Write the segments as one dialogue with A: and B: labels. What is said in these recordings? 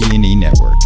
A: TNE Network.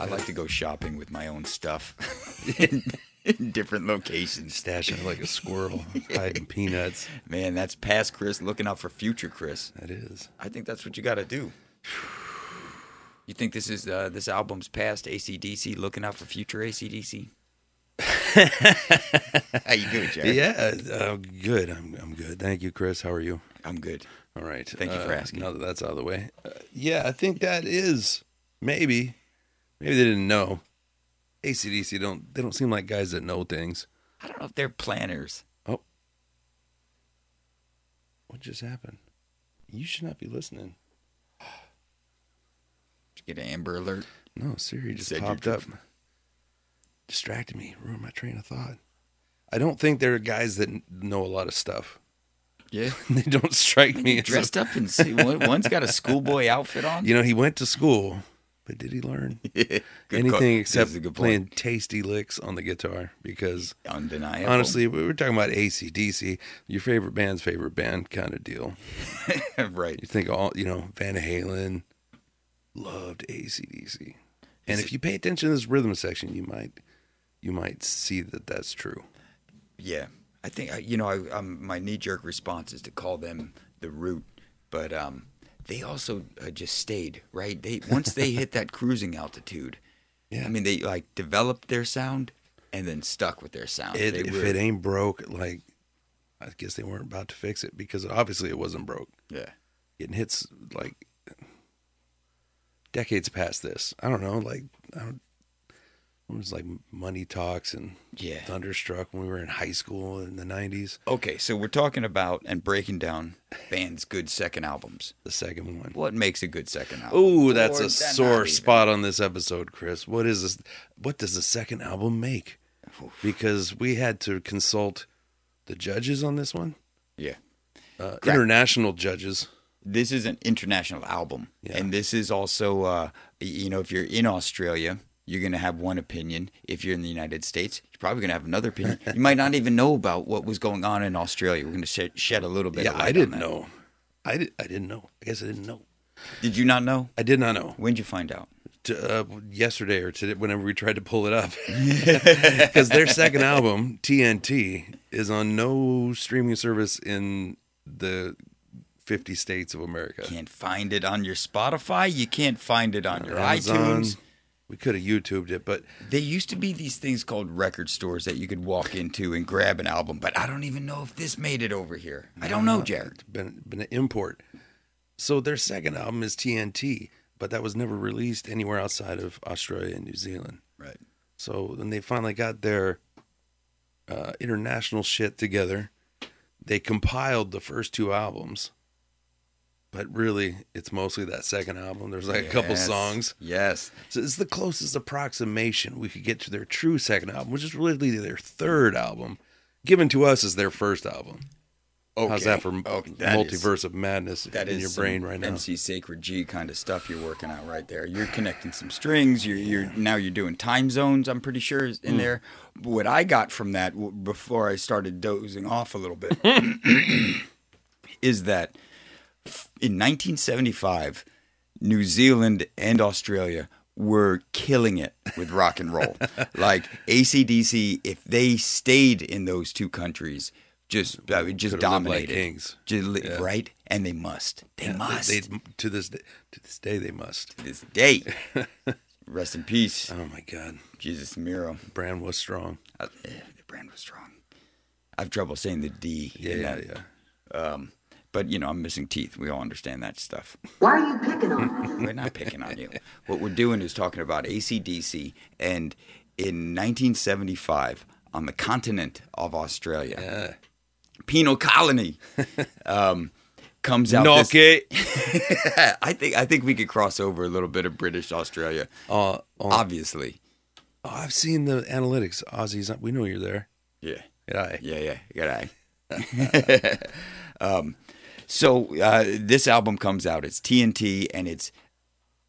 B: I'd uh, like to go shopping with my own stuff in, in different locations.
C: Stash it like a squirrel, hiding peanuts.
B: Man, that's past Chris looking out for future Chris.
C: That is.
B: I think that's what you got to do. You think this is uh, this album's past ACDC looking out for future ACDC? How you doing, Jared?
C: Yeah, uh, good. I'm, I'm good. Thank you, Chris. How are you?
B: I'm good.
C: All right.
B: Thank you for
C: Uh,
B: asking.
C: Now that that's out of the way, uh, yeah, I think that is maybe. Maybe they didn't know. ACDC don't. They don't seem like guys that know things.
B: I don't know if they're planners.
C: Oh, what just happened? You should not be listening.
B: Did you get an Amber Alert?
C: No, Siri just
B: Said you
C: popped up,
B: drove-
C: distracted me, ruined my train of thought. I don't think there are guys that n- know a lot of stuff.
B: Yeah.
C: they don't strike me as a-
B: Dressed up and see, one, one's got a schoolboy outfit on.
C: You know, he went to school, but did he learn
B: Good call.
C: anything
B: This
C: except
B: is a good
C: playing
B: point.
C: tasty licks on the guitar? Because
B: Undeniable.
C: honestly, we were talking about AC/DC, your favorite band's favorite band kind of deal.
B: right.
C: You think all, you know, Van Halen loved AC/DC, and
B: Is
C: if
B: it-
C: you pay attention to this rhythm section, you might you might see that that's true.
B: Yeah, I think I- you know. I, um my knee jerk response is to call them the root, but um, they also uh, just stayed right. They once they hit that cruising altitude,
C: Yeah.
B: I mean, they like developed their sound and then stuck with their sound.
C: It,
B: They
C: if
B: were-
C: it ain't broke, like I guess they weren't about to fix it because obviously it wasn't broke.
B: yeah,
C: getting hits like decades past this. I don't know, like I don't. It was like Money Talks and
B: yeah.
C: Thunderstruck when we were in high school in the '90s.
B: Okay, so we're talking about and breaking down bands' good second albums.
C: The second one.
B: What makes a good second album?
C: Oh, that's
B: Or
C: a
B: not
C: sore
B: even.
C: spot on this episode, Chris. What is this? What does the second album make? Because we had to consult the judges on this one,
B: Yeah.
C: uh,
B: Correct.
C: international judges.
B: this is an international album
C: Yeah.
B: and this is also uh, y- you know if you're in australia you're going to have one opinion if you're in the united states you're probably going to have another opinion you might not even know about what was going on in australia we're going to shed, shed a little bit
C: Yeah,
B: of light
C: I
B: on
C: didn't
B: that.
C: know. I, did, I didn't know. I guess I didn't know.
B: did you not know
C: I did not know.
B: when'd you find out
C: to, uh, yesterday or today, whenever we tried to pull it up, because their second album TNT is on no streaming service in the 50 states of America.
B: can't find it on your spotify you can't find it on your
C: Amazon.
B: itunes
C: We could have YouTubed it, but
B: There used to be these things called record stores that you could walk into and grab an album, but I don't even know if this made it over here. I don't know, Jared.
C: it's Uh, been been an import. So their second album is TNT, but that was never released anywhere outside of Australia and New Zealand.
B: Right.
C: So then they finally got their uh, international shit together. They compiled the first two albums, but really, it's mostly that second album. There's like a couple
B: Yes.
C: songs.
B: Yes.
C: So it's the closest approximation we could get to their true second album, which is really their third album, given to us as their first album. How's that for m-
B: Okay, that is-
C: multiverse of madness
B: That is
C: in your
B: some
C: brain right now?
B: MC Sacred G kind of stuff you're working out right there. You're connecting some strings. You're, you're now you're doing time zones. I'm pretty sure is in
C: Hmm.
B: there. But what I got from that w- before I started dozing off a little bit is that f- in 1975, New Zealand and Australia were killing it with rock and roll. like ACDC, if they stayed in those two countries, just I mean, just
C: Could've lived like
B: dominated.
C: kings.
B: Just li- Right? And they must. They must.
C: They, they- to this day, to this day they must.
B: to this day. Rest in peace,
C: Oh my God,
B: Jesus Miro.
C: Brand was strong.
B: Uh, eh, the brand was strong. I have trouble saying the D.
C: Yeah,
B: in
C: yeah,
B: that.
C: yeah.
B: Um, but you know, I'm missing teeth. We all understand that stuff.
D: Why are you picking on me?
B: We're not picking on you. What we're doing is talking about ACDC. And in 1975, on the continent of Australia,
C: Yeah.
B: Penal Colony um, comes out.
C: Knock
B: this-
C: it
B: Eh, I think I think we could cross over a little bit of British Australia.
C: Uh, uh,
B: Obviously,
C: I've seen the analytics. Aussies, we know you're there.
B: yeah.
C: Yeah.
B: Yeah, yeah, you got eye. um, so uh, this album comes out. It's TNT and it's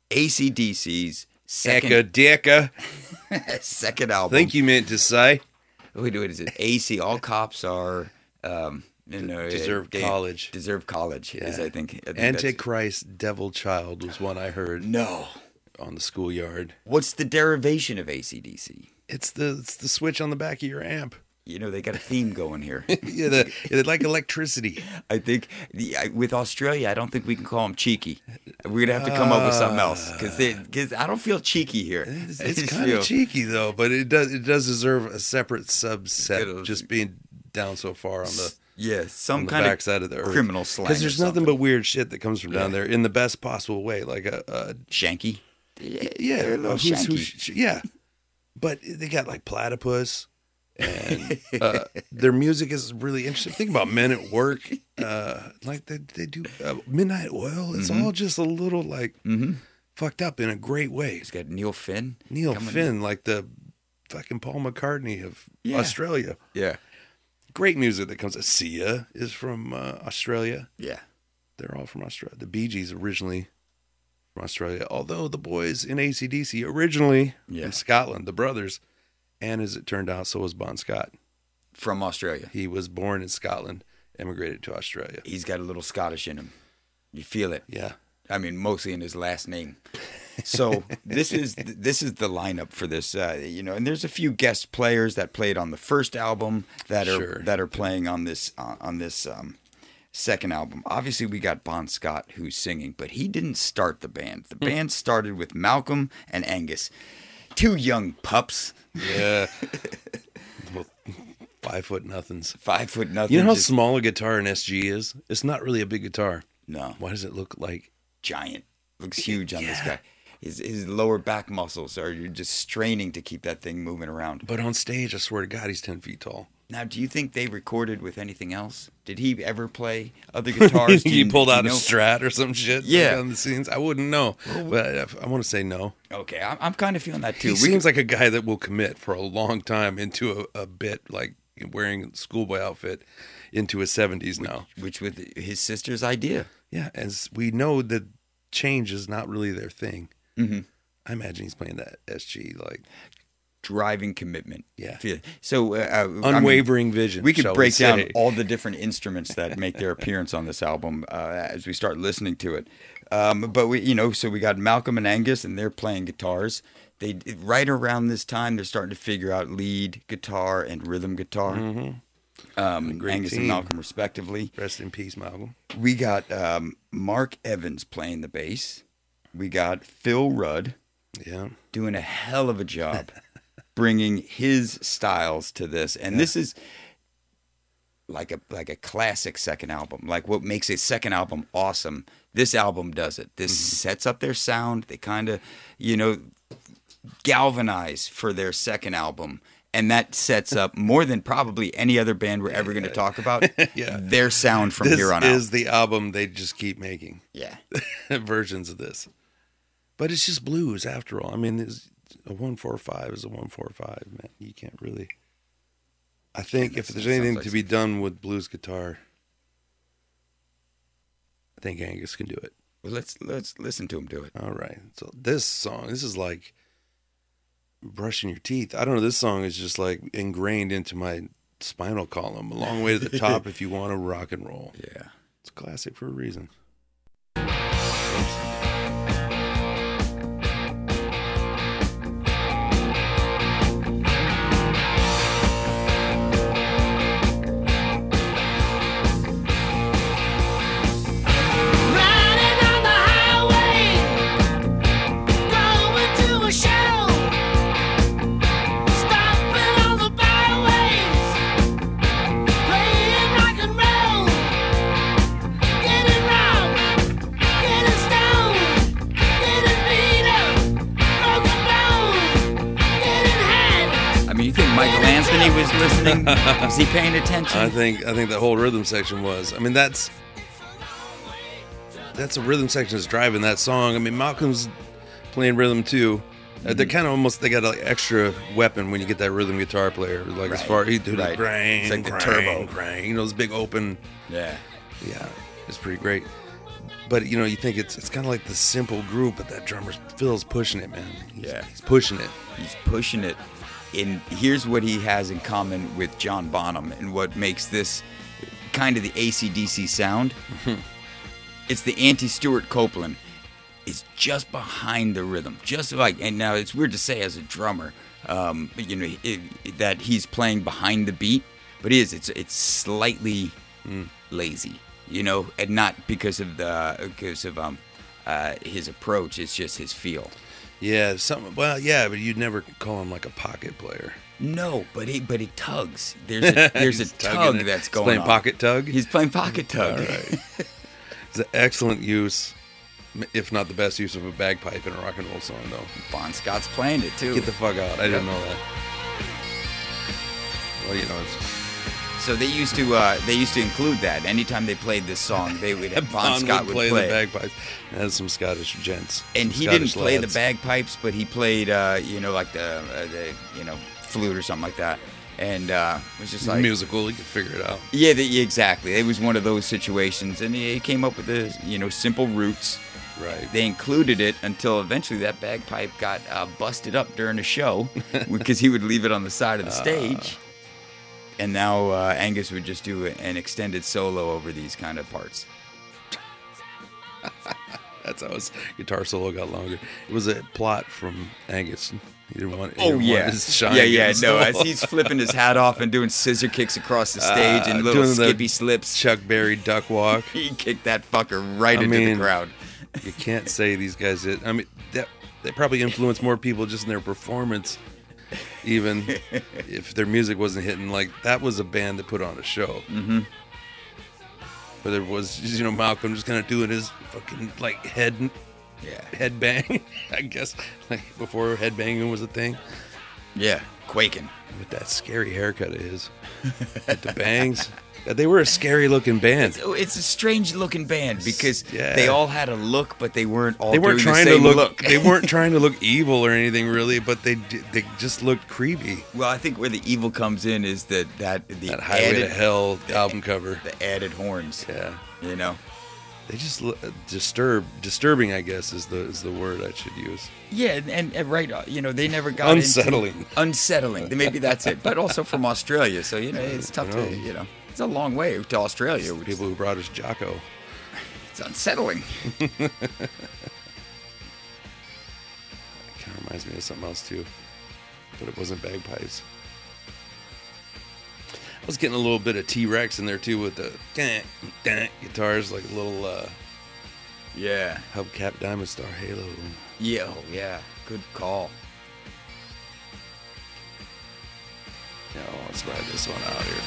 B: ACDC's
C: Eka
B: second
C: Deka.
B: second
C: I
B: album.
C: think you meant to say
B: Wait, wait, is it AC? All cops are um, you know,
C: deserve
B: they-
C: college.
B: Deserve college is
C: Yeah.
B: I think. I think that's-
C: Antichrist Devil Child was one I heard
B: No.
C: on the schoolyard.
B: What's the derivation of ACDC?
C: It's the it's the switch on the back of your amp.
B: You know they got a theme going here.
C: yeah, the, it's like electricity.
B: I think the, I, with Australia, I don't think we can call them cheeky. We're gonna have to come up with something else because I don't feel cheeky here.
C: It's,
B: I
C: it's
B: just
C: kind
B: feel-
C: of cheeky though, but it does it does deserve a separate subset.
B: It'll-
C: just being down so far on the
B: Yeah, some
C: on the
B: kind of
C: backside of the earth.
B: criminal slang.
C: because there's nothing but weird shit that comes from down
B: Yeah.
C: there in the best possible way, like a, a
B: shanky.
C: yeah,
B: they're a little
C: uh, who's- who's-
B: shanky.
C: sh- yeah. But they got like platypus, and uh, their music is really interesting. Think about Men at Work, uh, like they they do uh, Midnight Oil. It's all just a little like
B: Mm-hmm.
C: fucked up in a great way.
B: He's got Neil Finn.
C: Neil
B: coming in.
C: Finn, like the fucking Paul McCartney of
B: Yeah.
C: Australia.
B: Yeah,
C: Great music that comes. Sia is from uh, Australia.
B: yeah.
C: They're all from Australia. The Bee Gees originally from Australia, although the boys in ACDC originally
B: Yeah.
C: from Scotland, the brothers. And as it turned out, so was Bon Scott.
B: From Australia,
C: He was born in Scotland, emigrated to Australia.
B: he's got a little Scottish in him. You feel it.
C: Yeah.
B: I mean, mostly in his last name. So this is this is the lineup for this, uh, you know. And there's a few guest players that played on the first album that are
C: Sure.
B: that are playing on this uh, on this um, second album. Obviously, we got Bon Scott who's singing, but he didn't start the band.
C: Hmm.
B: The band started with Malcolm and Angus, two young pups,
C: Yeah. well, five foot nothings.
B: five foot nothing.
C: You know how
B: just-
C: small a guitar an SG is? It's not really a big guitar.
B: no
C: Why does it look like?
B: giant looks huge on this
C: Yeah.
B: guy. His, his lower back muscles are you're just straining to keep that thing moving around.
C: But on stage, I swear to God, he's 10 feet tall.
B: Now, do you think they recorded with anything else? Did he ever play other guitars? Do
C: he
B: you-
C: pulled
B: do you
C: out a
B: know?
C: strat or some shit.
B: Yeah.
C: on the scenes. I wouldn't know, but I, I want to say no.
B: Okay, I'm, I'm kind of feeling that
C: He
B: too.
C: seems like a guy that will commit for a long time into a, a bit like wearing a schoolboy outfit into his seventies now.
B: which with his sister's idea.
C: Yeah, as we know that change is not really their thing.
B: Mhm.
C: I imagine he's playing that SG like
B: Driving commitment.
C: Yeah.
B: Feel- So, uh, uh, I mean,
C: unwavering vision.
B: we could
C: shall
B: break down
C: say.
B: all the different instruments that make their appearance on this album uh, as we start listening to it. Um, but we, you know, so we got Malcolm and Angus, and they're playing guitars. They right around this time they're starting to figure out lead guitar and rhythm guitar. Um,
C: Mm-hmm. Great
B: Angus
C: team.
B: and Malcolm, respectively.
C: Rest in peace, Malcolm.
B: we got um, Mark Evans playing the bass. We got Phil Rudd
C: Yeah,
B: doing a hell of a job bringing his styles to this. And this is like a like a classic second album. Like what makes a second album awesome. This album does it. This
C: Mm-hmm.
B: sets up their sound. They kind of, you know, galvanize for their second album. And that sets up more than probably any other band we're ever going to talk about
C: Yeah.
B: their sound from
C: this
B: here on
C: is
B: out.
C: the album they just keep making.
B: Yeah.
C: versions of this. But it's just blues after all. I mean, it's, a one four five is a one four five, man. You can't really. I think if
B: that's-
C: there's
B: that sounds
C: anything
B: like
C: to be done with blues guitar, I think Angus can do it.
B: Well, let's let's listen to him do it.
C: All right. So this song, this is like brushing your teeth. I don't know. This song is just like ingrained into my spinal column. A long way to the top if you want to rock and roll.
B: Yeah.
C: It's a classic for a reason.
A: Riding on the highway, going to a show, stopping on the byways, playing rock and roll, getting robbed, getting stoned,
B: listening? Was he paying attention?
C: I think I think that whole rhythm section was. I mean, that's that's a rhythm section that's driving that song. I mean, Malcolm's playing rhythm too. Uh,
B: Mm-hmm.
C: They're kind of almost they got an extra weapon when you get that rhythm guitar player. Like as
B: Right,
C: far he do the
B: right.
C: grang,
B: It's like the
C: grang,
B: turbo.
C: grang, you know, those big open.
B: yeah.
C: Yeah, it's pretty great. But you know, you think it's it's kind of like the simple groove, but that drummer Phil's pushing it, man. He's-
B: Yeah.
C: he's pushing it.
B: He's pushing it. And here's what he has in common with John Bonham and what makes this kind of the ACDC sound. it's the anti Stuart Copeland. It's just behind the rhythm. Just like, and now it's weird to say as a drummer, um, you know, it, that he's playing behind the beat, but it is. It's, it's slightly lazy, you know, and not because of the, because of, um, uh, his approach, it's just his feel.
C: Yeah, some well, yeah, but you'd never call him like a pocket player.
B: No, but it but it tugs. There's a, there's a
C: He's tugging
B: tug
C: it.
B: that's
C: He's
B: going
C: playing
B: on.
C: pocket tug?
B: He's playing pocket tug.
C: All right. It's an excellent use, m- if not the best use of a bagpipe in a rock and roll song, though.
B: Bon Scott's playing it too.
C: Get the fuck out. I didn't know that. Well, you know, it's,
B: so they used to uh, they used to include that anytime they played this song. They would have Bon, Scott would play,
C: the bagpipes. That's some Scottish gents.
B: and
C: some
B: he
C: Scottish
B: didn't play
C: lads.
B: the bagpipes, but he played uh, you know like the, uh, the you know flute or something like that, and uh, it was just
C: It's
B: like
C: musical. You can figure it out.
B: Yeah, the, exactly. It was one of those situations, and he came up with the you know simple roots.
C: Right.
B: They included it until eventually that bagpipe got uh, busted up during a show because he would leave it on the side of
C: Uh.
B: the stage. And now uh, Angus would just do an extended solo over these kind of parts.
C: That's how his guitar solo got longer. It was a plot from Angus. He didn't want. he
B: Oh
C: didn't want
B: yeah,
C: his shine
B: yeah, yeah.
C: against the
B: No,
C: wall.
B: as he's flipping his hat off and doing scissor kicks across the stage
C: Uh,
B: and little
C: doing the
B: skippy slips,
C: Chuck Berry duck walk.
B: he kicked that fucker right
C: I
B: into
C: mean,
B: the crowd.
C: you can't say these guys did. I mean, that, they probably influenced more people just in their performance, even if their music wasn't hitting. Like that was a band that put on a show. Mm-hmm. But there was, just, you know, Malcolm just kind of doing his fucking like head
B: Yeah,
C: headbang, I guess, like before headbanging was a thing.
B: yeah, quaking.
C: With that scary haircut of his, with the bangs. Yeah, They were a scary looking band.
B: It's- Oh, It's a strange looking band because
C: Yeah.
B: they all had a look, but they weren't all
C: they weren't
B: doing
C: trying
B: the
C: to
B: same
C: look,
B: look.
C: they weren't trying to look evil or anything really but they d- they just looked creepy
B: well, I think where the evil comes in is that that the
C: that highway to
B: added
C: hell album cover
B: the added horns.
C: yeah
B: You know.
C: they just look disturb disturbing i guess is the is the word i should use
B: Yeah, and, and, and right, uh, you know, they never got into-
C: Unsettling.
B: unsettling. Maybe that's it. But also from Australia, so you know, it's tough
C: know.
B: to you know, it's a long way to Australia. which
C: people who brought us jocko
B: It's unsettling.
C: it kind of reminds me of something else too but it wasn't bagpipes i was getting a little bit of t-rex in there too with the dun, dun guitars like a little uh
B: Yeah.
C: hubcap diamond star halo
B: Yeah. oh, yeah. Good call.
C: yeah oh, let's ride this one out here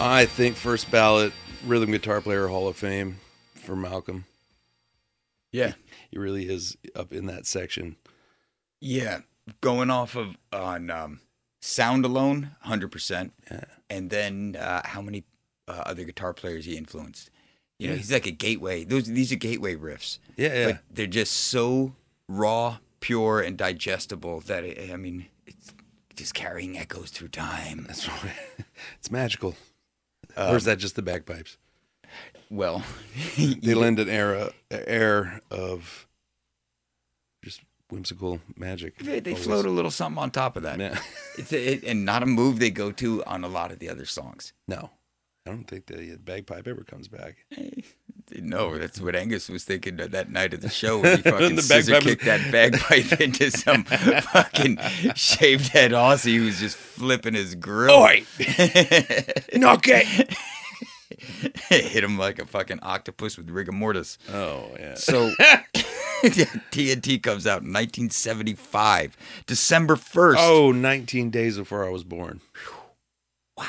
C: I think first ballot rhythm guitar player Hall of Fame for Malcolm.
B: Yeah.
C: He really is up in that section.
B: Yeah, going off of on um, sound alone, hundred percent.
C: Yeah.
B: And then uh, how many uh, other guitar players he influenced? You know, he's like a gateway. Those these are gateway riffs,
C: Yeah, yeah.
B: but they're just so raw, pure, and digestible that it, I mean, it's just carrying echoes through time.
C: That's why it's magical. or is that just the bagpipes?
B: Well,
C: They lend an era air of just whimsical magic.
B: they, they
C: always.
B: float a little something on top of that.
C: Yeah.
B: It's a, it, and not a move they go to on a lot of the other songs.
C: No. I don't think the uh, bagpipe ever comes back.
B: No, that's what Angus was thinking that, that night at the show when he fucking
C: The
B: scissor
C: bagpipe-
B: kicked that bagpipe into some fucking shaved head Aussie who was just flipping his grill.
C: Knock it!
B: hit him like a fucking octopus with rigor mortis.
C: Oh yeah.
B: So TNT comes out in 1975, December 1st.
C: Oh, 19 days before I was born.
B: wow.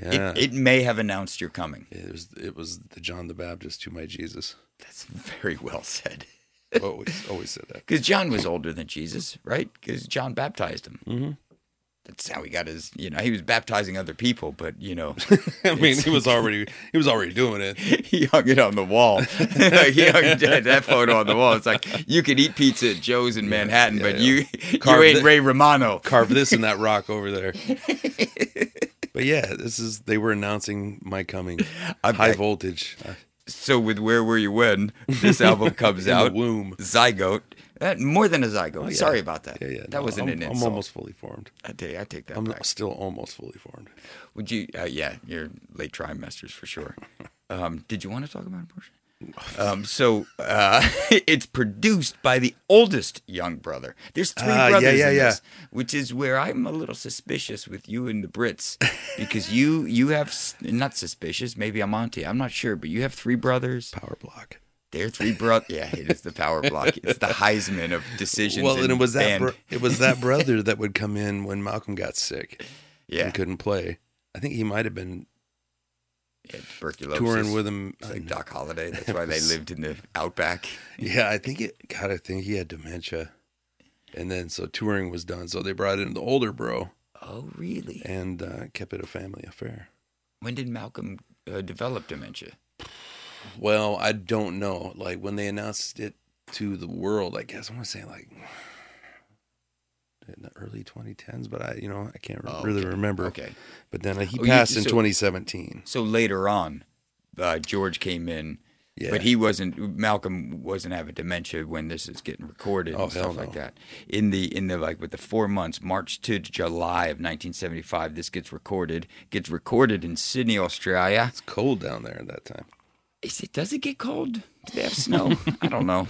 C: Yeah.
B: It, it may have announced your coming.
C: It was it was the John the Baptist to my Jesus.
B: That's very well said.
C: Always always said that.
B: Because John was older than Jesus, right? Because John baptized him. Mm-hmm. That's how he got his, you know, he was baptizing other people, but, you know,
C: I mean, he was already he was already doing it.
B: he hung it on the wall. he hung that, that photo on the wall. It's like, you can eat pizza at Joe's in Manhattan,
C: yeah,
B: but
C: yeah.
B: you
C: Carve
B: you ain't
C: the-
B: Ray Romano.
C: Carve this in that rock over there. But yeah, this is they were announcing my coming.
B: I'm
C: High
B: back.
C: voltage. uh,
B: So with Where Were You When, this album comes
C: in
B: out.
C: the womb. Oh,
B: Zygote. Uh, more than a zygote.
C: yeah.
B: Sorry about that.
C: Yeah, yeah.
B: That
C: no,
B: wasn't
C: I'm,
B: an
C: I'm
B: insult.
C: almost fully formed.
B: I take, I take that
C: I'm
B: back.
C: still almost fully formed.
B: Would you? Uh, yeah, you're late trimesters for sure. Um, did you want to talk about abortion? Um, so uh, it's produced by the oldest young brother. There's three
C: Ah, yeah,
B: brothers
C: yeah,
B: in
C: yeah.
B: this, which is where I'm a little suspicious with you and the Brits because you you have s- not suspicious. Maybe I'm onto you. I'm not sure, but you have three brothers.
C: Power block.
B: They're three brothers. Yeah, it is the power block. It's the Heisman of decisions.
C: Well, and it was that
B: band.
C: bro- it was that brother that would come in when Malcolm got sick
B: yeah,
C: and couldn't play. I think he might have been
B: yeah, tuberculosis.
C: touring with him. uh,
B: It's like Doc Holliday. That's why they lived in the outback.
C: Yeah, I think it. God, I think he had dementia, and then so touring was done. So they brought in the older bro
B: Oh, really?
C: and uh, kept it a family affair.
B: When did Malcolm uh, develop dementia?
C: Well, I don't know. Like when they announced it to the world, I guess I want to say like in the early 2010s, but I, you know, I can't re-
B: Oh,
C: really
B: okay.
C: remember.
B: Okay.
C: But then uh, he
B: Oh, you-
C: passed in
B: so-
C: 2017.
B: So later on, uh, George came in,
C: Yeah.
B: but he wasn't. Malcolm wasn't having dementia when this is getting recorded
C: Oh,
B: and
C: hell
B: stuff
C: no.
B: like that. In the in the like with the four months, March to July of 1975, this gets recorded. Gets recorded in Sydney, Australia.
C: It's cold down there at that time.
B: Is it? Does it get cold? Do they have snow? I don't know.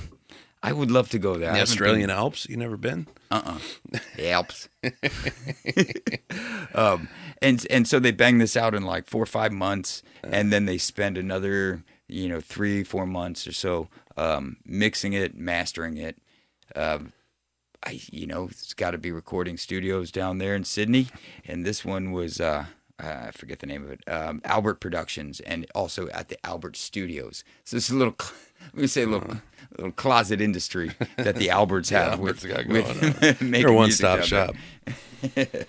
B: I would love to go there. I haven't
C: The
B: been-
C: Australian Alps. You never been?
B: The Alps. um, and and so they bang this out in like four or five months,
C: Uh-huh.
B: and then they spend another you know three four months or so um, mixing it, mastering it. Um, I you know it's got to be recording studios down there in Sydney, and this one was. Uh, uh, I forget the name of it. Um, Albert Productions, and also at the Albert Studios. So it's a little, cl- let me say, a
C: Uh-huh.
B: little, little closet industry that the Alberts
C: Yeah,
B: have
C: Albert's
B: with,
C: got going
B: with
C: on.
B: making
C: You're a
B: music
C: one-stop
B: down there.
C: shop.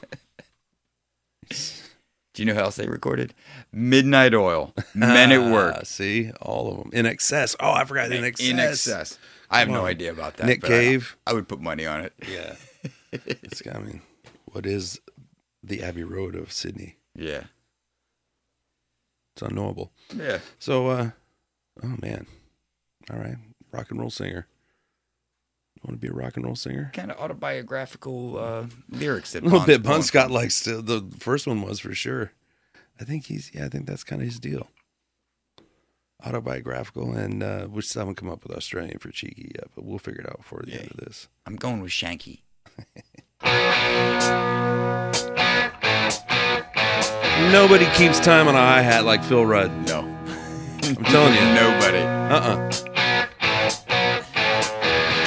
B: Do you know how else they recorded? Midnight Oil, Men at
C: Ah,
B: Work,
C: see, all of them. In excess. Oh, I forgot. In excess.
B: In Excess. I have
C: Come
B: no
C: on.
B: idea about that.
C: Nick
B: but I-
C: Cave.
B: I, would put money on it.
C: Yeah. It's, I mean, what is the Abbey Road of Sydney?
B: Yeah.
C: It's unknowable.
B: Yeah.
C: So, uh, oh man. All right. Rock and roll singer. You want to be a rock and roll singer?
B: Kind of autobiographical uh, lyrics that
C: A little
B: Bond's
C: bit.
B: going
C: Bon Scott likes to, the first one was for sure. I think he's, yeah, I think that's kind of his deal. Autobiographical, and uh, we still haven't come up with Australian for cheeky yet, but we'll figure it out before the end of this.
B: I'm going with Shanky.
C: Nobody keeps time on a hi hat like Phil Rudd.
B: No.
C: I'm telling you.
B: Nobody.
C: Uh uh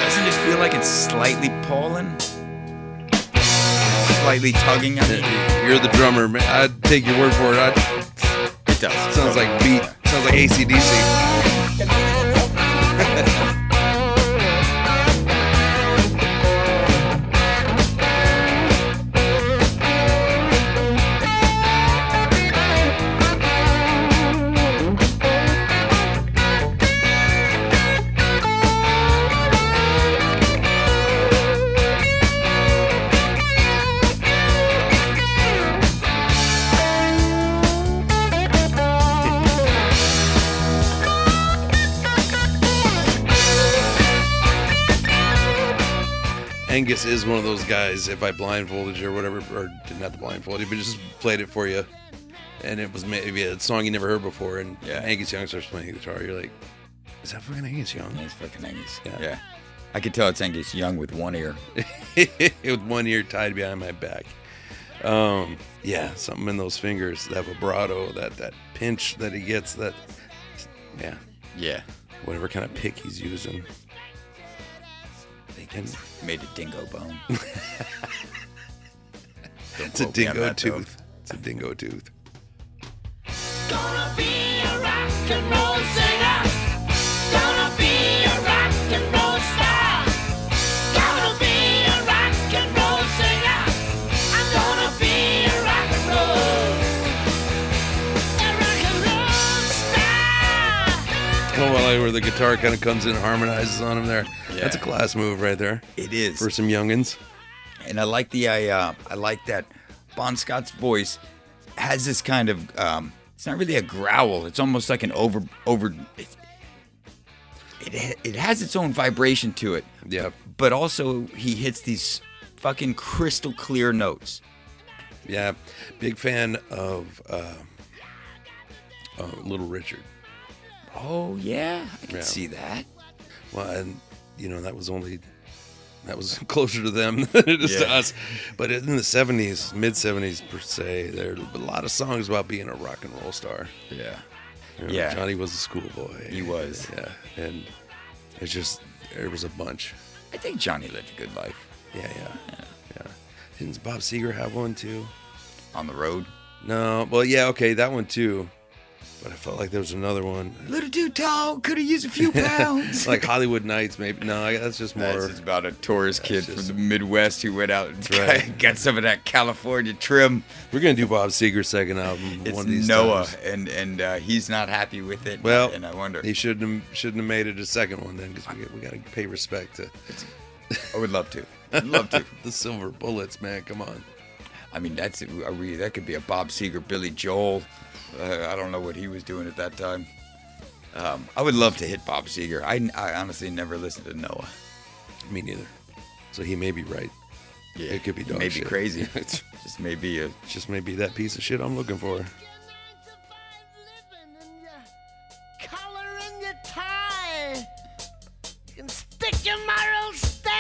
B: Doesn't it feel like it's slightly pulling? Slightly tugging on it?
C: You're the drummer, man. I take your word for it. I,
B: It does.
C: sounds like beat. Sounds like ACDC. Angus is one of those guys. If I blindfolded you or whatever, or didn't have to blindfold you, but just played it for you, and it was maybe a song you never heard before, and
B: Yeah.
C: Angus Young starts playing guitar, you're like, is that fucking Angus Young?
B: That's fucking Angus.
C: Yeah.
B: Yeah. I could tell it's Angus Young with one ear.
C: With one ear tied behind my back. Um, yeah, something in those fingers, that vibrato, that that pinch that he gets, that yeah,
B: Yeah,
C: whatever kind of pick he's using. They can.
B: made a dingo bone.
C: It's a dingo tooth. It's a dingo tooth.
A: Gonna be a rock and roll singer. Gonna be a rock and roll star. Gonna be a rock and roll singer. I'm gonna be a rock and roll. A rock and roll star.
C: Oh, well, I where the guitar kind of comes in, and harmonizes on him there. That's a
B: Yeah.
C: class move right there
B: It is.
C: for some youngins.
B: and I like the I uh, I like that Bon Scott's voice has this kind of um, it's not really a growl. It's almost like an over over. It, it, ha- it has its own vibration to it,
C: Yep.
B: but also he hits these fucking crystal clear notes.
C: Yeah, big fan of uh, uh, Little Richard.
B: Oh yeah, I can
C: Yeah.
B: see that.
C: Well, and you know that was only that was closer to them than it is to
B: Yeah.
C: us. But in the '70s, mid '70s per se, there were a lot of songs about being a rock and roll star.
B: Yeah,
C: You know,
B: Yeah.
C: Johnny was a schoolboy.
B: He was.
C: Yeah, and it's just there was a bunch.
B: I think Johnny lived a good life
C: Yeah, yeah, yeah. Didn't Bob Seger have one too?
B: on the road.
C: No. Well, yeah, okay, that one too. But I felt like there was another one.
B: Little too tall, could have used a few pounds.
C: like Hollywood Nights, maybe. No, I- that's just more.
B: That's just about a tourist kid
C: That's
B: from
C: just-
B: the Midwest who went out and
C: right.
B: got some of that California trim.
C: We're gonna do Bob Seger's second album
B: It's
C: one of these
B: Noah,
C: times.
B: and and uh, he's not happy with it.
C: Well,
B: and I wonder.
C: he shouldn't have, shouldn't have made it a second one then, because we, got- we gotta pay respect to
B: I would love to. I'd love to.
C: the Silver Bullets, man. Come on,
B: I mean, that's are we, that could be a Bob Seger, Billy Joel. Uh, I don't know what he was doing at that time. Um, I would love to hit Bob Seger. I, I honestly never listened to Noah.
C: me neither. So he may be right.
B: Yeah,
C: It could be dog
B: maybe
C: shit.
B: crazy.
C: It's-
B: Just maybe a
C: Just maybe that piece of shit I'm looking for.
A: Your nine to five living and your collar and your tie. You can stick your moral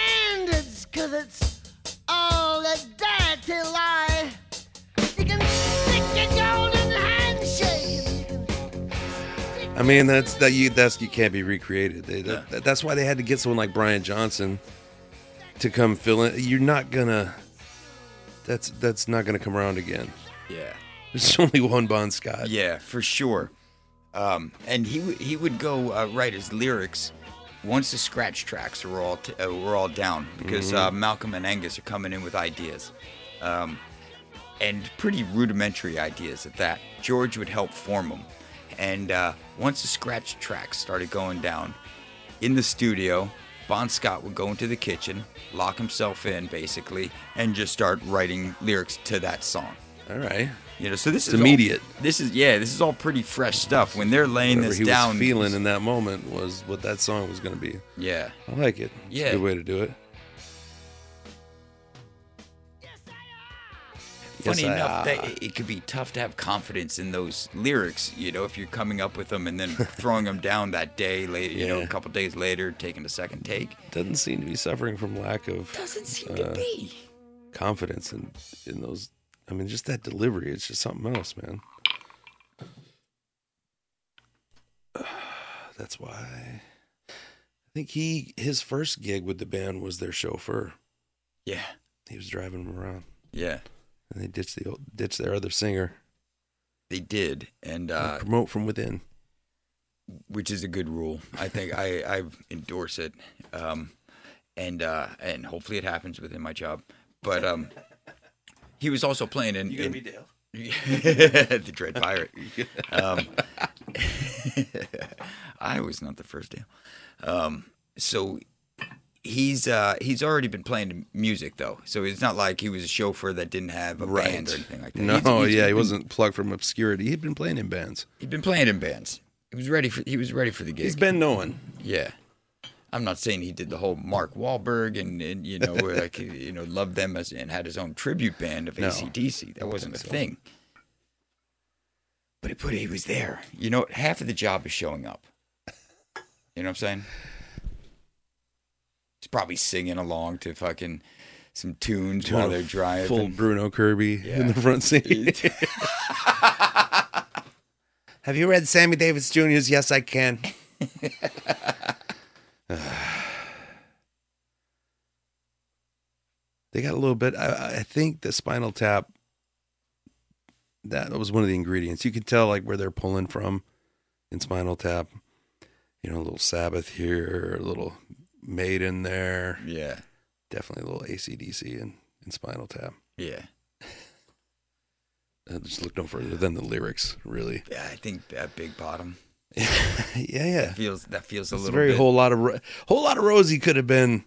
A: standards, cause it's all a dirty lie. You can stick your golden handshake. You can stick
C: I mean, that's that you that's you can't be recreated. They, that, that's why they had to get someone like Brian Johnson to come fill in. You're not gonna. That's that's not gonna come around again.
B: yeah.
C: There's only one Bon Scott.
B: Yeah, for sure. Um, and he w- he would go uh, write his lyrics once the scratch tracks were all t- uh, were all down because uh, Malcolm and Angus are coming in with ideas, um, and pretty rudimentary ideas at that. George would help form them, and uh, once the scratch tracks started going down, in the studio, Bon Scott would go into the kitchen, lock himself in basically, and just start writing lyrics to that song.
C: All right.
B: You know, so this is
C: It's
B: all-
C: immediate.
B: this is yeah, this is all pretty fresh stuff. When they're laying
C: Whatever
B: this
C: he
B: down,
C: was feeling in that moment was what that song was gonna be.
B: yeah,
C: I like it. It's
B: Yeah.
C: a good way to do it. Yes,
B: funny
C: I-
B: enough,
C: ah.
B: that it- it could be tough to have confidence in those lyrics. You know, if you're coming up with them and then throwing them down that day later, you know,
C: Yeah.
B: a couple days later, taking a second take,
C: Doesn't seem to be suffering from lack of
B: doesn't seem
C: Uh,
B: to be.
C: confidence in in those. I mean, just that delivery. It's just something else, man. That's why I think he his first gig with the band was their chauffeur.
B: Yeah,
C: He was driving them around,
B: yeah,
C: and they ditched the old, ditched their other singer.
B: they did, and uh,
C: promote from within.
B: which is a good rule. I think I, I endorse it, um, and uh, and hopefully it happens within my job. But um, he was also playing in. in-
C: Dale?
B: the Dread Pirate. Um, I was not the first Dale. Um, so he's uh, he's already been playing music though, so it's not like he was a chauffeur that didn't have a
C: Right.
B: band or anything like that.
C: No,
B: He's- he's
C: yeah, he
B: been-
C: wasn't plugged from obscurity. He'd been playing in bands.
B: He'd been playing in bands. He was ready for he was ready for the gig.
C: He's been known.
B: yeah. I'm not saying he did the whole Mark Wahlberg and, and you know where, like you know loved them as and had his own tribute band of
C: No.
B: ACDC. That wasn't a
C: think so.
B: thing. But he put he was there. You know, half of the job is showing up. You know what I'm saying? He's probably singing along to fucking some tunes while they're driving.
C: Full Bruno Kirby in the front seat. Have you read Sammy Davis Jr.'s Yes I Can? they got a little bit. I, I think the Spinal Tap. That was one of the ingredients. You could tell like where they're pulling from in Spinal Tap. You know, a little Sabbath here, a little Maiden there
B: yeah,
C: definitely a little ACDC and, and Spinal Tap.
B: yeah,
C: Uh, just look no further than the lyrics, really.
B: yeah. I think that big bottom
C: yeah, yeah.
B: feels that feels a
C: It's a
B: little
C: very
B: bit-
C: whole lot of Ro- whole lot of Rosie could have been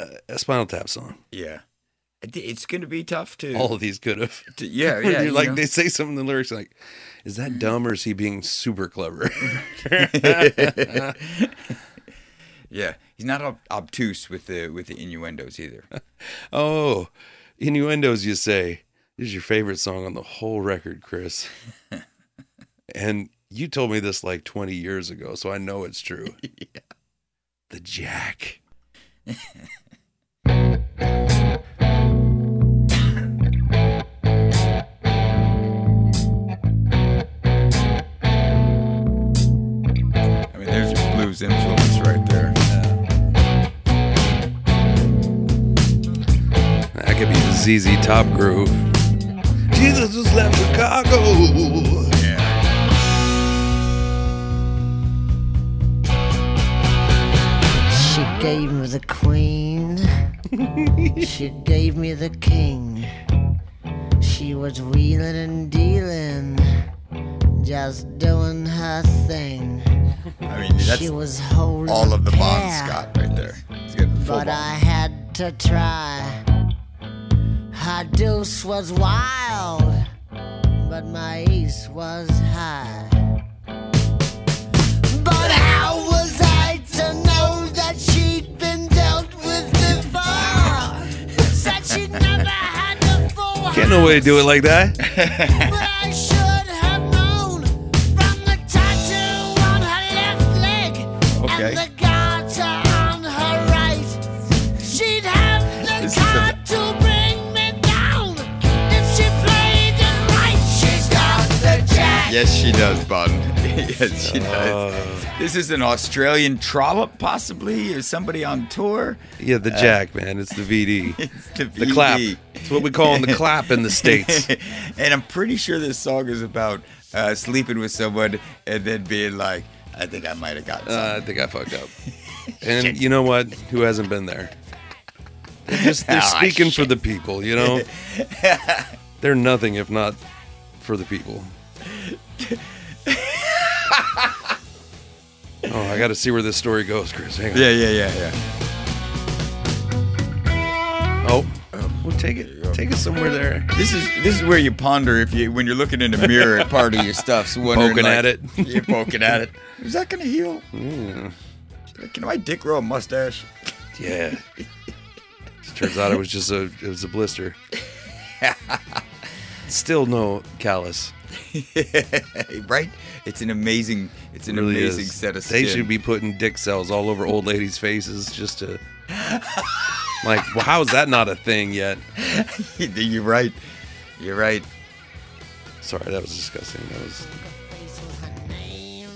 C: a, a Spinal Tap song.
B: Yeah, I thi- it's gonna be tough to.
C: All of these could have.
B: to- yeah, Oh, yeah.
C: You're
B: you
C: like
B: know?
C: they say something in the lyrics like, "Is that dumb or is he being super clever?"
B: yeah, he's not ob- obtuse with the with the innuendos either.
C: oh, innuendos, you say. This is your favorite song on the whole record, Chris. and you told me this like 20 years ago, so I know it's true. The Jack.
B: I mean, there's your blues influence right there.
C: That could be the ZZ Top groove. Jesus just left Chicago.
B: Yeah,
A: She gave me the queen. she gave me the king. She was wheeling and dealing, just doing her thing.
B: I mean that's
A: she was holding
B: all of the
A: pair,
B: Bon Scott right there. He's got full
A: But
B: Bon.
A: I had to try. Her deuce was wild, but my ace was high. But how was I to know that she'd been dealt with before? Said she never had the full
C: Can't no way to do it like that.
A: but I should have known from the tattoo on her left leg
B: Okay.
A: and the garter on her right. She'd have the
B: This is a-
A: card to bring me down if she played it right. She's got the jack.
B: Yes, she does, Bun. yes, she
C: Oh.
B: does. This is an Australian trollop, possibly, or somebody on tour.
C: Yeah, the Jack, man. It's the VD.
B: It's the,
C: The clap.
B: VD.
C: It's what we call the clap in the States.
B: and I'm pretty sure this song is about uh, sleeping with someone and then being like, I think I might have got something.
C: Uh, I think I fucked up. And you know what? Who hasn't been there? They're, just, they're
B: Ah,
C: speaking for the people, you know? they're nothing if not for the people. oh, I got to see where this story goes, Chris. Hang on.
B: yeah, yeah, yeah, yeah.
C: Oh, we'll take it. Take it somewhere there.
B: This is this is where you ponder if you when you're looking in the mirror at part of your stuff, so wondering,
C: Poking
B: like,
C: at it. Hmm.
B: You're poking at it. Is that gonna heal? Can my dick grow a mustache?
C: Yeah. Turns out it was just a it was a blister. Still no callus.
B: right? It's an amazing it's an
C: really
B: amazing
C: is.
B: set of
C: They
B: skin.
C: should be putting dick cells all over old ladies' faces just to. like, well, how is that not a thing yet?
B: you're right. You're right.
C: Sorry, that was disgusting. That was.
A: Face was her name.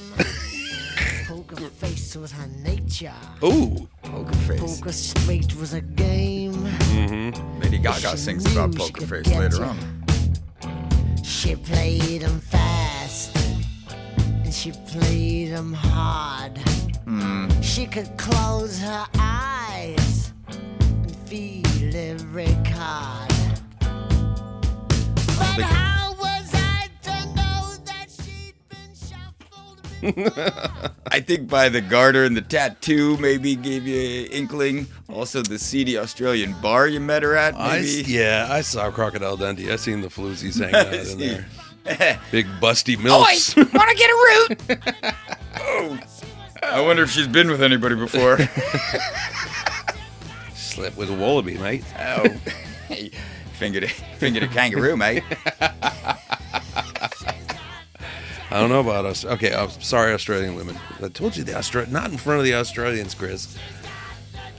A: Poker face was her nature.
C: Ooh,
B: Poker face.
A: Poker straight was a game.
B: Lady Gaga sings about poker face later on.
A: She played 'em fast and she played 'em hard. She could close her eyes and feel every card. But how was I to know that she'd been shuffled?
B: I think by the garter and the tattoo maybe gave you an inkling. Also the seedy Australian bar you met her at,
C: I,
B: maybe.
C: yeah, I saw Crocodile Dundee. I seen the floozies hanging out in there. Big busty milfs.
B: Oi, wanna get a root? oh. I wonder if she's been with anybody before.
C: Slept with a wallaby, mate.
B: oh. Hey, fingered a, fingered a kangaroo, mate.
C: I don't know about us. Okay, I'm sorry, Australian women. I told you the Austra- not in front of the Australians, Chris.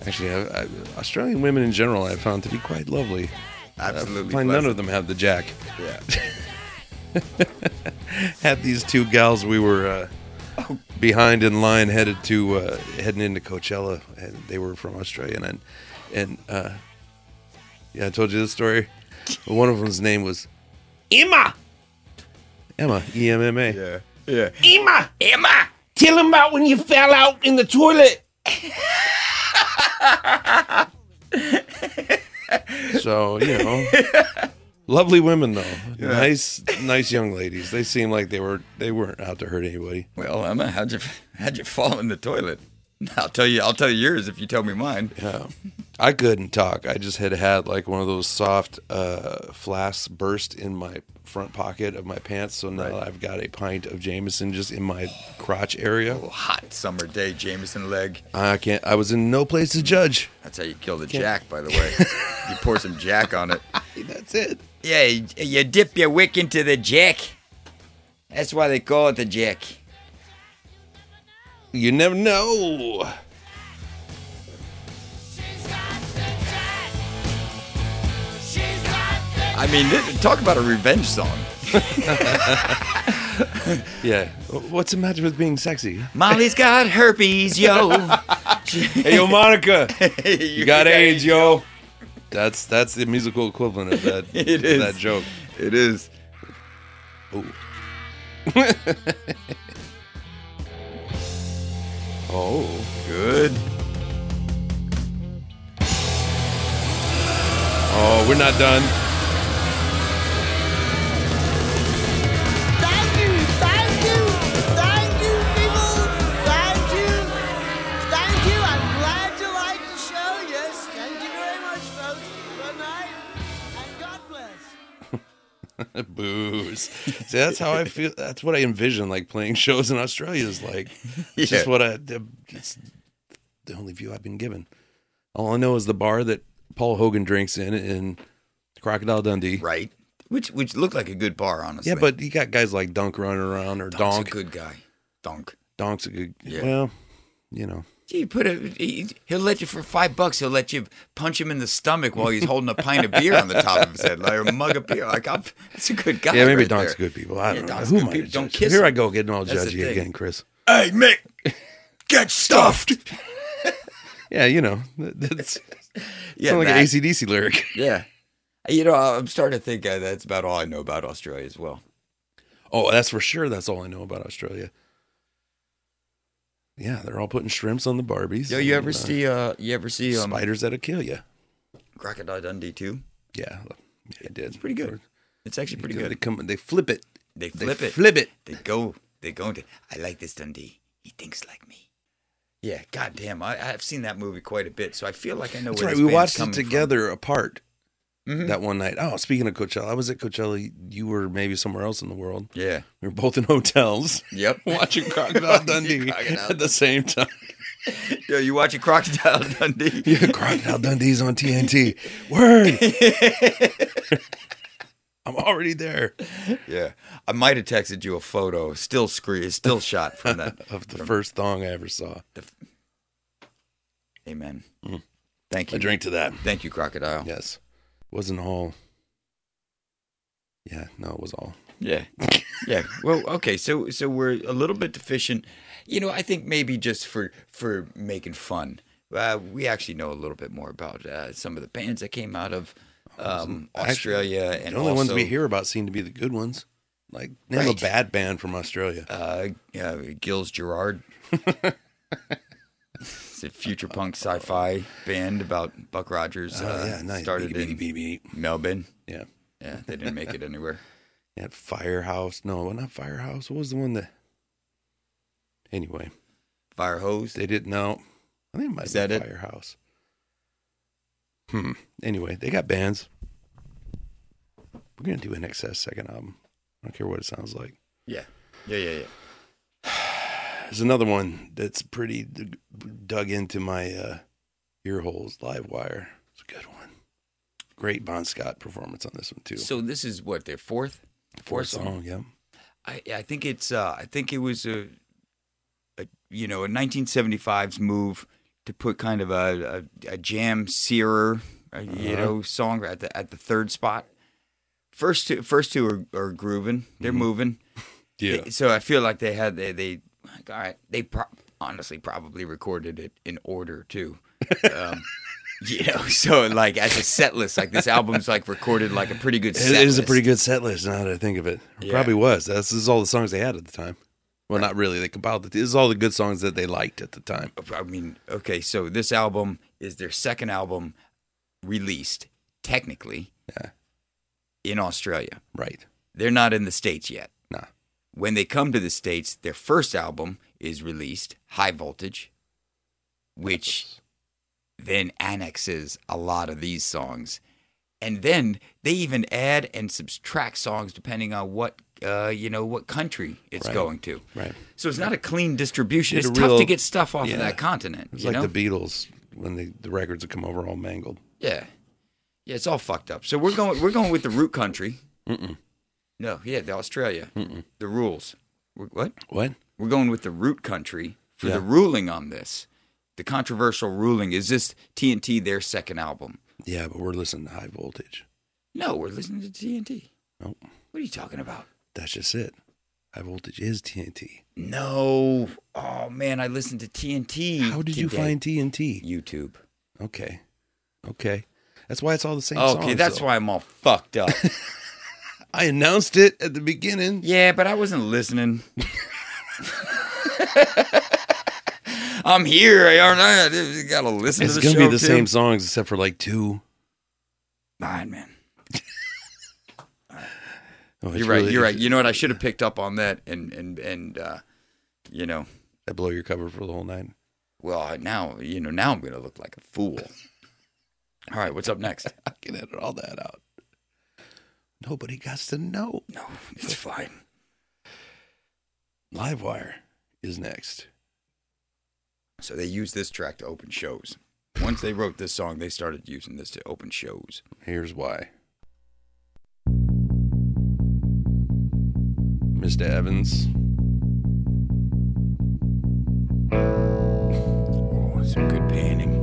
C: Actually, I, I, Australian women in general I've found to be quite lovely.
B: Absolutely.
C: I find none of them have the jack.
B: Yeah.
C: Had these two gals we were uh, behind in line headed to uh, heading into Coachella, and they were from Australia, and and uh, yeah, I told you this story. One of them's name was Emma. Emma, E M M A.
B: Yeah. Yeah.
E: Emma! Emma! Tell him about when you fell out in the toilet.
C: So you know, lovely women though, nice, nice young ladies. They seem like they were they weren't out to hurt anybody.
B: Well, Emma, how'd you how'd you fall in the toilet? I'll tell you. I'll tell you yours if you tell me mine.
C: Yeah, I couldn't talk. I just had had like one of those soft uh, flasks burst in my front pocket of my pants. So now I've got a pint of Jameson just in my crotch area.
B: Oh, hot summer day, Jameson leg.
C: I can't. I was in no place to judge.
B: That's how you kill the jack, by the way. you pour some jack on it.
C: That's it.
B: Yeah, you, you dip your wick into the jack. That's why they call it the jack.
C: You never know.
B: I mean, th- talk about a revenge song.
C: Yeah. What's the matter with being sexy?
B: Molly's got herpes, yo.
C: Hey, yo, Monica.
B: you
C: You got AIDS, yo. That's that's the musical equivalent of that
B: It
C: of
B: is.
C: that joke.
B: It is.
C: Oh,
B: Good.
C: oh, we're not done.
A: Thank you, thank you, thank you, people. Thank you, thank you. I'm glad you liked the show. Yes, thank you very much, folks. Good night, and God bless.
C: Booze. See, that's how I feel. That's what I envision. Like playing shows in Australia is like. It's just
B: Yeah.
C: what I. It's the only view I've been given. All I know is the bar that Paul Hogan drinks in in Crocodile Dundee.
B: Right. Which which looked like a good bar, honestly.
C: Yeah, but you got guys like Dunk running around or
B: Donk's
C: Donk.
B: a good guy. Donk.
C: Donk's a good.
B: Yeah.
C: Well, you know.
B: Gee, put a. He, he'll let you for five bucks. He'll let you punch him in the stomach while he's holding a pint of beer on the top of his head, like or a mug of beer. Like I'm, that's a good guy.
C: Yeah, maybe
B: right
C: Donk's
B: there.
C: good people. I
B: Yeah,
C: don't know.
B: Donk's
C: Who
B: good
C: am I to
B: people. Don't
C: judge?
B: kiss
C: Here
B: him.
C: I go getting all
B: That's the
C: judgy
B: thing.
C: again, Chris.
B: Hey, Mick, get stuffed.
C: Yeah, you know. that- That's
B: yeah,
C: sound like
B: that.
C: an ACDC lyric.
B: yeah. You know, I'm starting to think uh, that's about all I know about Australia as well.
C: Oh, that's for sure. That's all I know about Australia. Yeah, they're all putting shrimps on the Barbies.
B: Yo, you ever
C: and, uh,
B: see? Uh, you ever see um,
C: spiders that'll kill you?
B: Crocodile Dundee too?
C: Yeah, yeah, I did. It's
B: pretty good. It's actually pretty
C: They
B: good.
C: come, they flip it.
B: They flip
C: they
B: it.
C: Flip it.
B: They go. They go into. I like this Dundee. He thinks like me. Yeah, goddamn. I, I've seen that movie quite a bit, so I feel like I know
C: That's
B: where
C: right.
B: this
C: We
B: band's
C: watched it
B: coming from. Mm-hmm.
C: together apart that one night. Oh, speaking of Coachella, I was at Coachella. You were maybe somewhere else in the world.
B: Yeah.
C: We were both in hotels
B: Yep.
C: watching Crocodile Dundee
B: Crocodile
C: at the same time.
B: Yo, you watching Crocodile Dundee?
C: Yeah, Crocodile Dundee's on TNT. Word. I'm already there.
B: yeah. I might have texted you a photo, still screen, still shot from that.
C: of the first thong I ever saw.
B: Amen. Thank
C: A
B: you.
C: drink to that.
B: Thank you, Crocodile.
C: Yes. Wasn't all. Yeah, no, it was all.
B: Yeah. Yeah. Well, okay. So so we're a little bit deficient. You know, I think maybe just for for making fun. Uh, we actually know a little bit more about uh, some of the bands that came out of um,
C: Oh, Actually,
B: Australia and
C: the only ones
B: also,
C: we hear about seem to be the good ones. Like, name
B: Right.
C: a bad band from Australia.
B: Uh, uh, Gills Gerard. it's a future punk sci-fi band about Buck Rogers.
C: Oh,
B: uh,
C: yeah, nice.
B: Started
C: Beady,
B: in
C: beady, beady, beady.
B: Melbourne.
C: Yeah.
B: Yeah, they didn't make it anywhere.
C: Yeah, Firehouse. No, well, not Firehouse. What was the one that. Anyway,
B: Fire hose.
C: they didn't know. I think it might
B: Is
C: be
B: that it?
C: Firehouse. Hmm. Anyway, they got bands. We're going to do an excess second album. I don't care what it sounds like.
B: Yeah. Yeah, yeah, yeah.
C: There's another one that's pretty d- dug into my uh, ear holes. Live wire. It's a good one. Great Bon Scott performance on this one too.
B: So this is what their fourth,
C: Four song, yeah.
B: I, I think it's uh, I think it was a, a you know a 1975's move to put kind of a a, a jam searer, uh, you
C: Uh-huh.
B: know, song at the at the third spot. First two, first two are, are grooving. They're moving.
C: Mm-hmm. Yeah.
B: So I feel like they had they they like, all right. They pro- honestly probably recorded it in order too. Um, you know, so like as a set list, like this album's like recorded like a pretty good.
C: It
B: set
C: is a
B: list.
C: pretty good set list now that I think of it. It
B: Yeah.
C: Probably was. That's, this is all the songs they had at the time. Well, not really. They compiled it. This is all the good songs that they liked at the time.
B: I mean, okay, so this album is their second album released technically
C: Yeah.
B: in Australia.
C: Right.
B: They're not in the States yet.
C: Nah.
B: When they come to the States, their first album is released, High Voltage, which then annexes a lot of these songs. And then they even add and subtract songs depending on what uh, you know what country it's
C: Right.
B: going to.
C: Right.
B: So it's not a clean distribution.
C: Did
B: It's
C: a
B: tough
C: real-
B: to get stuff off
C: Yeah.
B: of that continent.
C: It's
B: you
C: like
B: know?
C: the Beatles when the, the records would come over all mangled.
B: Yeah, yeah, it's all fucked up. So we're going, we're going with the root country.
C: Mm-mm.
B: No, yeah, the Australia, the rules. We're, what?
C: What?
B: We're going with the root country for
C: Yeah.
B: the ruling on this. The controversial ruling is this TNT their second album?
C: Yeah, but we're listening to high voltage.
B: No, we're listening to TNT.
C: Nope.
B: What are you talking about?
C: That's just it. High voltage is TNT.
B: No. Oh man, I listened to TNT.
C: How did you
B: today.
C: find TNT?
B: YouTube?
C: Okay. Okay. That's why it's all the same
B: Okay,
C: songs.
B: that's
C: though.
B: why I'm all fucked up.
C: I announced it at the beginning.
B: Yeah, but I wasn't listening. I'm here, aren't I? I just gotta listen
C: it's
B: to the
C: gonna
B: show.
C: be the
B: too.
C: same songs except for like two.
B: All right, man.
C: Oh, it's
B: You're right.
C: really-
B: you're right. You know what? I should have picked up on that, and and and uh, you know,
C: I blow your cover for the whole night.
B: well, I- now you know. Now I'm gonna look like a fool. All right, what's up next?
C: I can edit all that out. Nobody got to know.
B: No, it's fine.
C: Livewire is next.
B: So they used this track to open shows. Once they wrote this song, they started using this to open shows.
C: Here's why. Mr. Evans.
B: Oh, some good panning.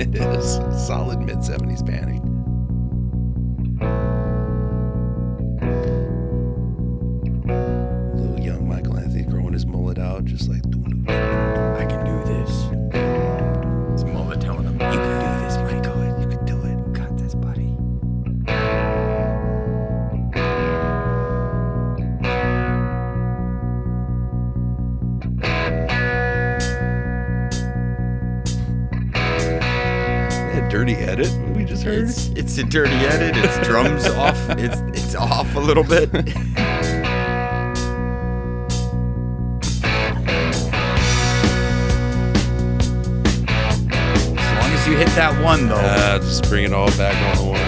C: it is solid mid 70s panic. Little young Michael Anthony growing his mullet out, just like.
B: I can do this. It's Mulder telling them, "You can do this, Michael. You can do it. Got this, buddy."
C: Yeah, dirty edit we just heard.
B: It's it's a dirty edit. It's drums off. It's it's off a little bit. as long as you hit that one though.
C: Ah, just bring it all back on the wall.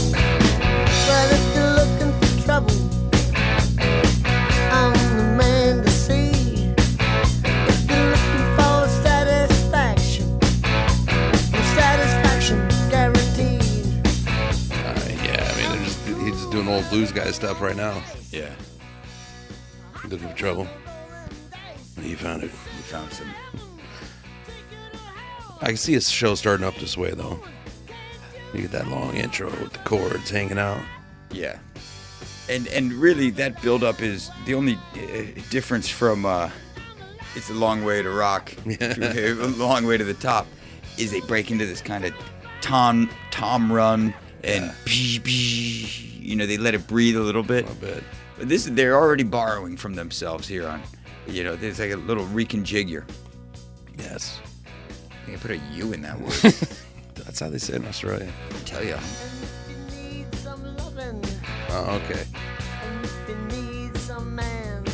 A: Well, if you're looking for trouble, I'm the man to see. If you're looking for satisfaction, well, satisfaction guaranteed.
C: Uh, yeah, I mean, they're just, he's just doing old blues guy stuff right now.
B: yeah,
C: Looking for trouble. You found it.
B: you found some.
C: I can see a show starting up this way, though. You get that long intro with the chords hanging out.
B: Yeah, and and really that buildup is the only uh, difference from. Uh, it's a long way to rock. a long way to the top. Is they break into this kind of tom tom run and psh, psh, you know they let it breathe a little bit.
C: I bet.
B: But this they're already borrowing from themselves here on. You know, there's like a little reconfigure.
C: Yes.
B: I think I put a U in that word.
C: That's how they say it in Australia.
B: I tell you,
A: And if you need some loving,
C: Oh, okay.
A: and if you need some man,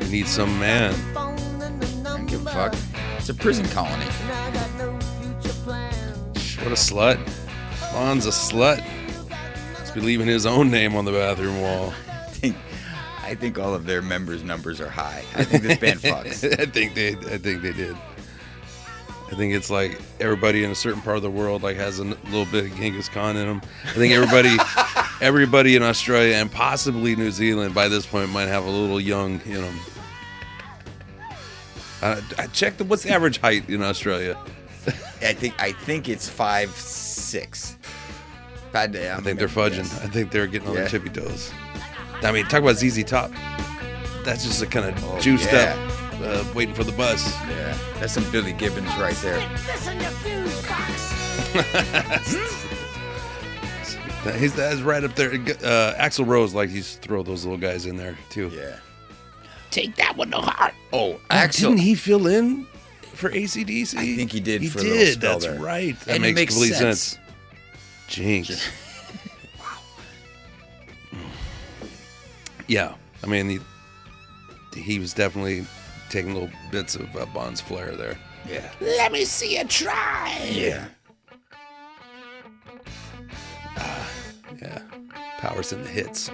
C: You need some man.
A: phone and the
B: I don't give
A: number.
B: a fuck. It's a prison colony.
A: And I got no future plans.
C: What a slut. Lon's a slut.
A: You got
C: Must
A: nothing
C: be leaving his own name on the bathroom wall.
B: I think, I think all of their members' numbers are high. I think this band fucks.
C: I think they. I think they did. I think it's like everybody in a certain part of the world like has a n- little bit of Genghis Khan in them. I think everybody, everybody in Australia and possibly New Zealand by this point might have a little young in them. Uh, I checked the, what's the average height in Australia.
B: I think I think it's five six. I
C: I think they're fudging. I think they're getting on
B: Yeah.
C: their tippy toes. I mean, talk about ZZ Top. That's just a kind of
B: Oh,
C: juiced
B: yeah.
C: up, uh, waiting for the bus.
B: Yeah, that's some Billy Gibbons right there.
A: Stick this in your fuse box.
C: That- He's that's right up there. Uh, Axel Rose like he's throw those little guys in there too.
B: Yeah.
E: Take that one to heart.
B: Oh,
C: Didn't
B: Axel.
C: he fill in for ACDC?
B: I think he did
C: He
B: for a little
C: did.
B: spell
C: That's
B: there.
C: right. That
B: And it makes
C: makes, complete sense.
B: sense.
C: Jinx. wow. Yeah, I mean, he, he was definitely taking little bits of uh, Bond's flair there.
B: Yeah.
E: Let me see you try.
B: Yeah.
C: Yeah, powers in the hits.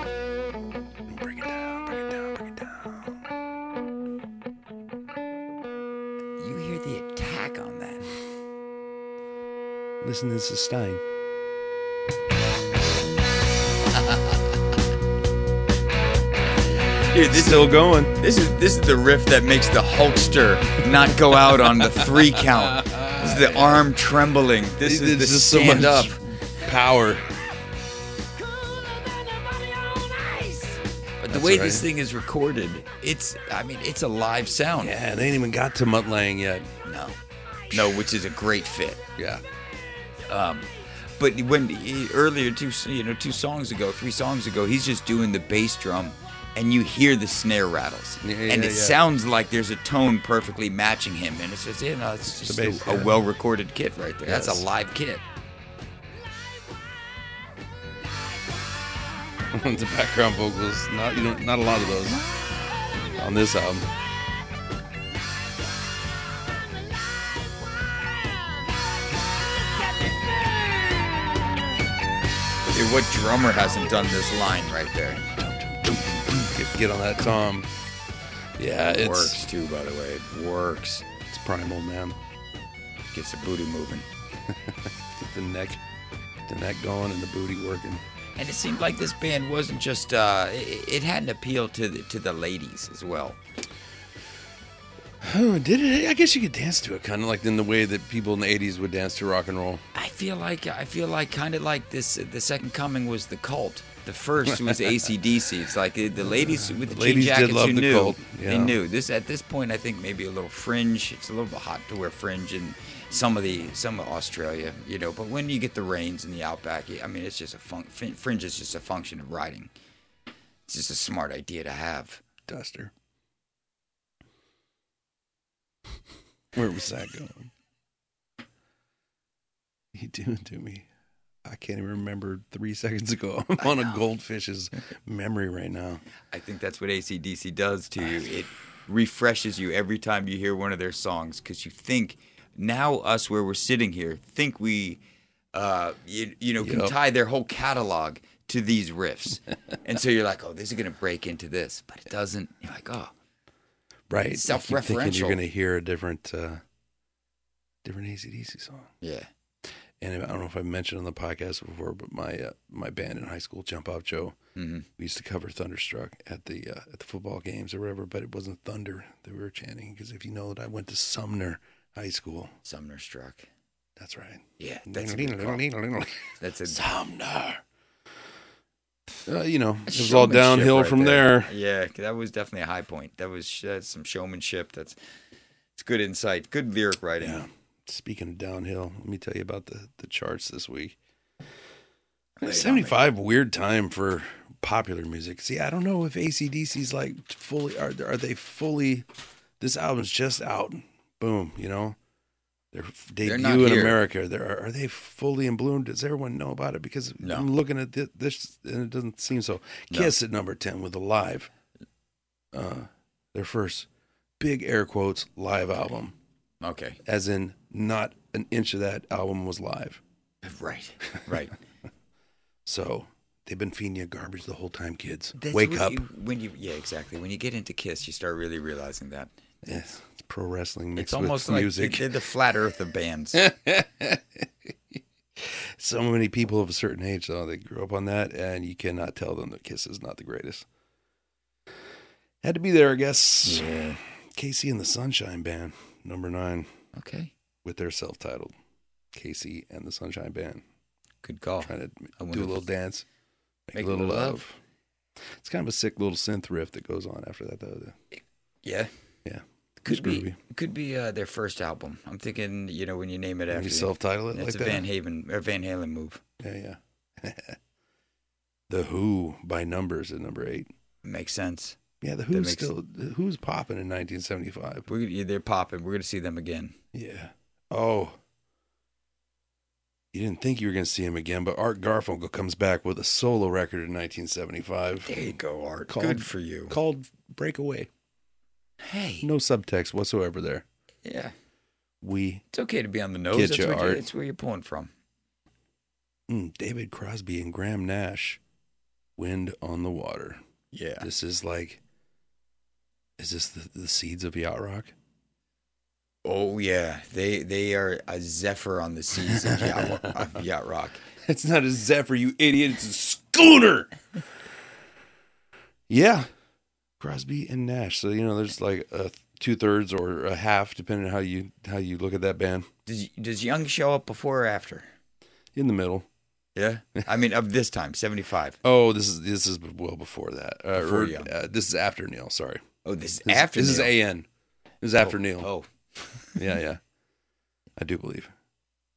C: Break it down. Break it down. Break it down.
B: You hear the attack on that.
C: Listen to sustain.
B: Dude, this
C: Still going.
B: This is this is the riff that makes the Hulkster not go out on the three count. This is the arm trembling. This is the
C: There's just so
B: stand up.
C: much Power.
A: Cooler than a bunny on ice.
B: But the
C: That's
B: way
C: right.
B: this thing is recorded, it's I mean it's a live sound.
C: Yeah, they ain't even got to Mutt Lang yet.
B: No, no, which is a great fit.
C: Yeah.
B: But when he, earlier two you know two songs ago, three songs ago, he's just doing the bass drum, and you hear the snare rattles,
C: Yeah, yeah,
B: and it
C: yeah.
B: sounds like there's a tone perfectly matching him, and it's just you know it's just
C: the bass,
B: a,
C: yeah.
B: a well recorded kit right there. That's
C: Yes.
B: a live kit.
C: the background vocals, not you know, not a lot of those on this album.
B: Dude, what drummer hasn't done this line right there?
C: Get, get on that tom. Yeah,
B: It
C: Uh, it's
B: works too, by the way. It works.
C: it's primal, man.
B: Gets the booty moving.
C: Get the neck, the neck going and the booty working.
B: And it seemed like this band wasn't just uh, it, it had an appeal to the, to the ladies as well.
C: Oh, did it? I guess you could dance to it, kind of like in the way that people in the '80s would dance to rock and roll.
B: I feel like I feel like kind of like this. The second coming was the cult. The first was ACDC. It's like the, the ladies with the,
C: ladies
B: jean
C: did
B: jackets
C: love
B: who
C: the
B: knew.
C: Cult, yeah.
B: They knew this at this point. I think maybe a little fringe. It's a little bit hot to wear fringe in some of the some of Australia, you know. But when you get the rains and the outback, I mean, it's just a fun, fin- fringe is just a function of riding. It's just a smart idea to have.
C: Duster. Where was that going? You doing to me? I can't even remember three seconds ago. I'm on a goldfish's memory right now.
B: I think that's what ACDC does to you. It refreshes you every time you hear one of their songs because you think now us where we're sitting here think we uh, you, you know can
C: Yep.
B: tie their whole catalog to these riffs and so you're like oh this is going to break into this but it doesn't you're like oh
C: Right. I keep Thinking
B: Self-referential.
C: you're going to hear a different, uh, different ACDC song.
B: yeah
C: And I don't know if I mentioned on the podcast before, but my uh, my band in high school, Jump Up Joe,
B: Mhm.
C: we used to cover Thunderstruck at the uh, at the football games or whatever. But it wasn't Thunder that we were chanting because if you know that I went to Sumner High School,
B: Sumner struck
C: that's right.
B: yeah that's a good call. that's a
C: Sumner. Uh, you know, it was all
B: Showmanship
C: downhill
B: right
C: from there.
B: Yeah, that was definitely a high point. That was that's some showmanship. That's it's good insight, good lyric writing.
C: Yeah. Speaking of downhill, let me tell you about the the charts this week.
B: Lay it on me.
C: 75 weird time for popular music. See, I don't know if ACDC's like fully are are they fully this album's just out. Boom, you know. Their f-
B: They're
C: debut
B: not
C: in
B: here.
C: America. There are, are they fully in bloom? Does everyone know about it? Because
B: No.
C: I'm looking at thi- this and it doesn't seem so.
B: No.
C: Kiss at number ten with Alive, uh, their first big air quotes live album,
B: Okay.
C: as in not an inch of that album was live.
B: Right. Right.
C: So they've been feeding you garbage the whole time, kids.
B: That's
C: Wake
B: what
C: up.
B: you- when you yeah, exactly. When you get into Kiss, you start really realizing that.
C: Yes, it's pro wrestling
B: It's
C: mixed
B: almost
C: with
B: like
C: music.
B: they're the flat earth of bands.
C: so many people of a certain age though they grew up on that and you cannot tell them that kiss is not the greatest had to be there i guess
B: yeah.
C: casey and the sunshine band number nine
B: Okay.
C: with their self-titled casey and the sunshine band
B: Good call.
C: trying to
B: I
C: do
B: wonder
C: a
B: if-
C: little dance make, a little love. it's kind of a sick little synth riff that goes on after that though
B: Yeah.
C: Yeah.
B: Could
C: It's
B: be,
C: groovy.
B: could be uh, their first album. I'm thinking, you know, when you name it
C: When
B: after
C: you
B: you-
C: self-title it
B: It's
C: like
B: a
C: that
B: Van Haven or Van Halen move.
C: yeah yeah the who by numbers at number eight
B: Makes sense.
C: yeah the who's
B: makes-
C: still the who's popping in 1975
B: We're gonna, they're popping. We're gonna see them again.
C: Yeah. Oh. You didn't think you were going to see him again, but Art Garfunkel comes back with a solo record in 1975
B: There you go, Art.
C: Called-
B: Good for you.
C: called Breakaway.
B: Hey,
C: No subtext whatsoever there.
B: yeah,
C: We,
B: it's okay to be on the nose.
C: Get
B: That's
C: your
B: what you're,
C: art.
B: it's where you're pulling from.
C: mm, David Crosby and Graham Nash, Wind on the Water.
B: Yeah,
C: This is like, is this the, the seeds of yacht rock?
B: Oh yeah, they they are a zephyr on the seas of yacht, of yacht rock.
C: It's not a Zephyr, you idiot. It's a schooner. yeah. Crosby and Nash. So you know, there's like a two thirds or a half, depending on how you how you look at that band.
B: Does does Young show up before or after?
C: In the middle.
B: Yeah, I mean of this time, seventy five.
C: Oh, this is this is well before that. Uh,
B: Before
C: or,
B: Young.
C: uh, this is after Neil. Sorry.
B: Oh, this is
C: This,
B: after.
C: This
B: Neil.
C: is An. This is after Neil.
B: Oh,
C: Yeah, yeah. I do believe.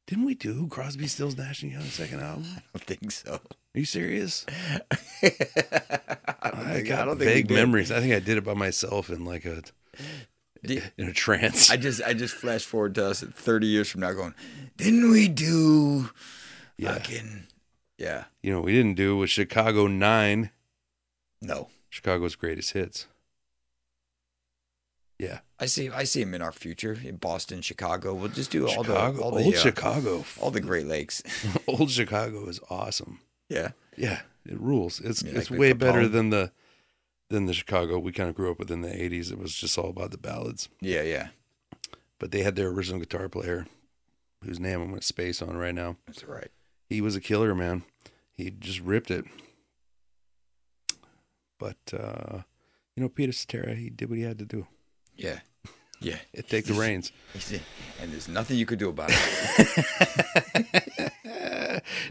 C: Didn't we do Crosby, Stills, Nash and Young second album?
B: I don't think so.
C: Are you serious?
B: I don't
C: I
B: think,
C: got
B: I don't think we
C: vague
B: did.
C: memories. I think I did it by myself in like a
B: Did-
C: in a trance.
B: I just I just flash forward to us at thirty years from now, going, didn't we do?
C: Yeah.
B: Fucking yeah.
C: you know, we didn't do was Chicago Nine,
B: No,
C: Chicago's greatest hits. Yeah,
B: I see. I see him in our future in Boston, Chicago. We'll just do all
C: Chicago,
B: the all the
C: old
B: uh,
C: Chicago,
B: all the Great Lakes.
C: old Chicago is awesome.
B: yeah,
C: Yeah, it rules. It's
B: Yeah,
C: it's
B: like
C: way
B: Capone.
C: better than the than the Chicago we kind of grew up with in the '80s. It was just all about the ballads,
B: yeah, yeah.
C: but they had their original guitar player, whose name I'm going to space on right now.
B: That's right.
C: he was a killer, man. He just ripped it. But uh, you know, Peter Cetera, he did what he had to do.
B: Yeah, yeah.
C: It take the reins.
B: And there's nothing you could do about it.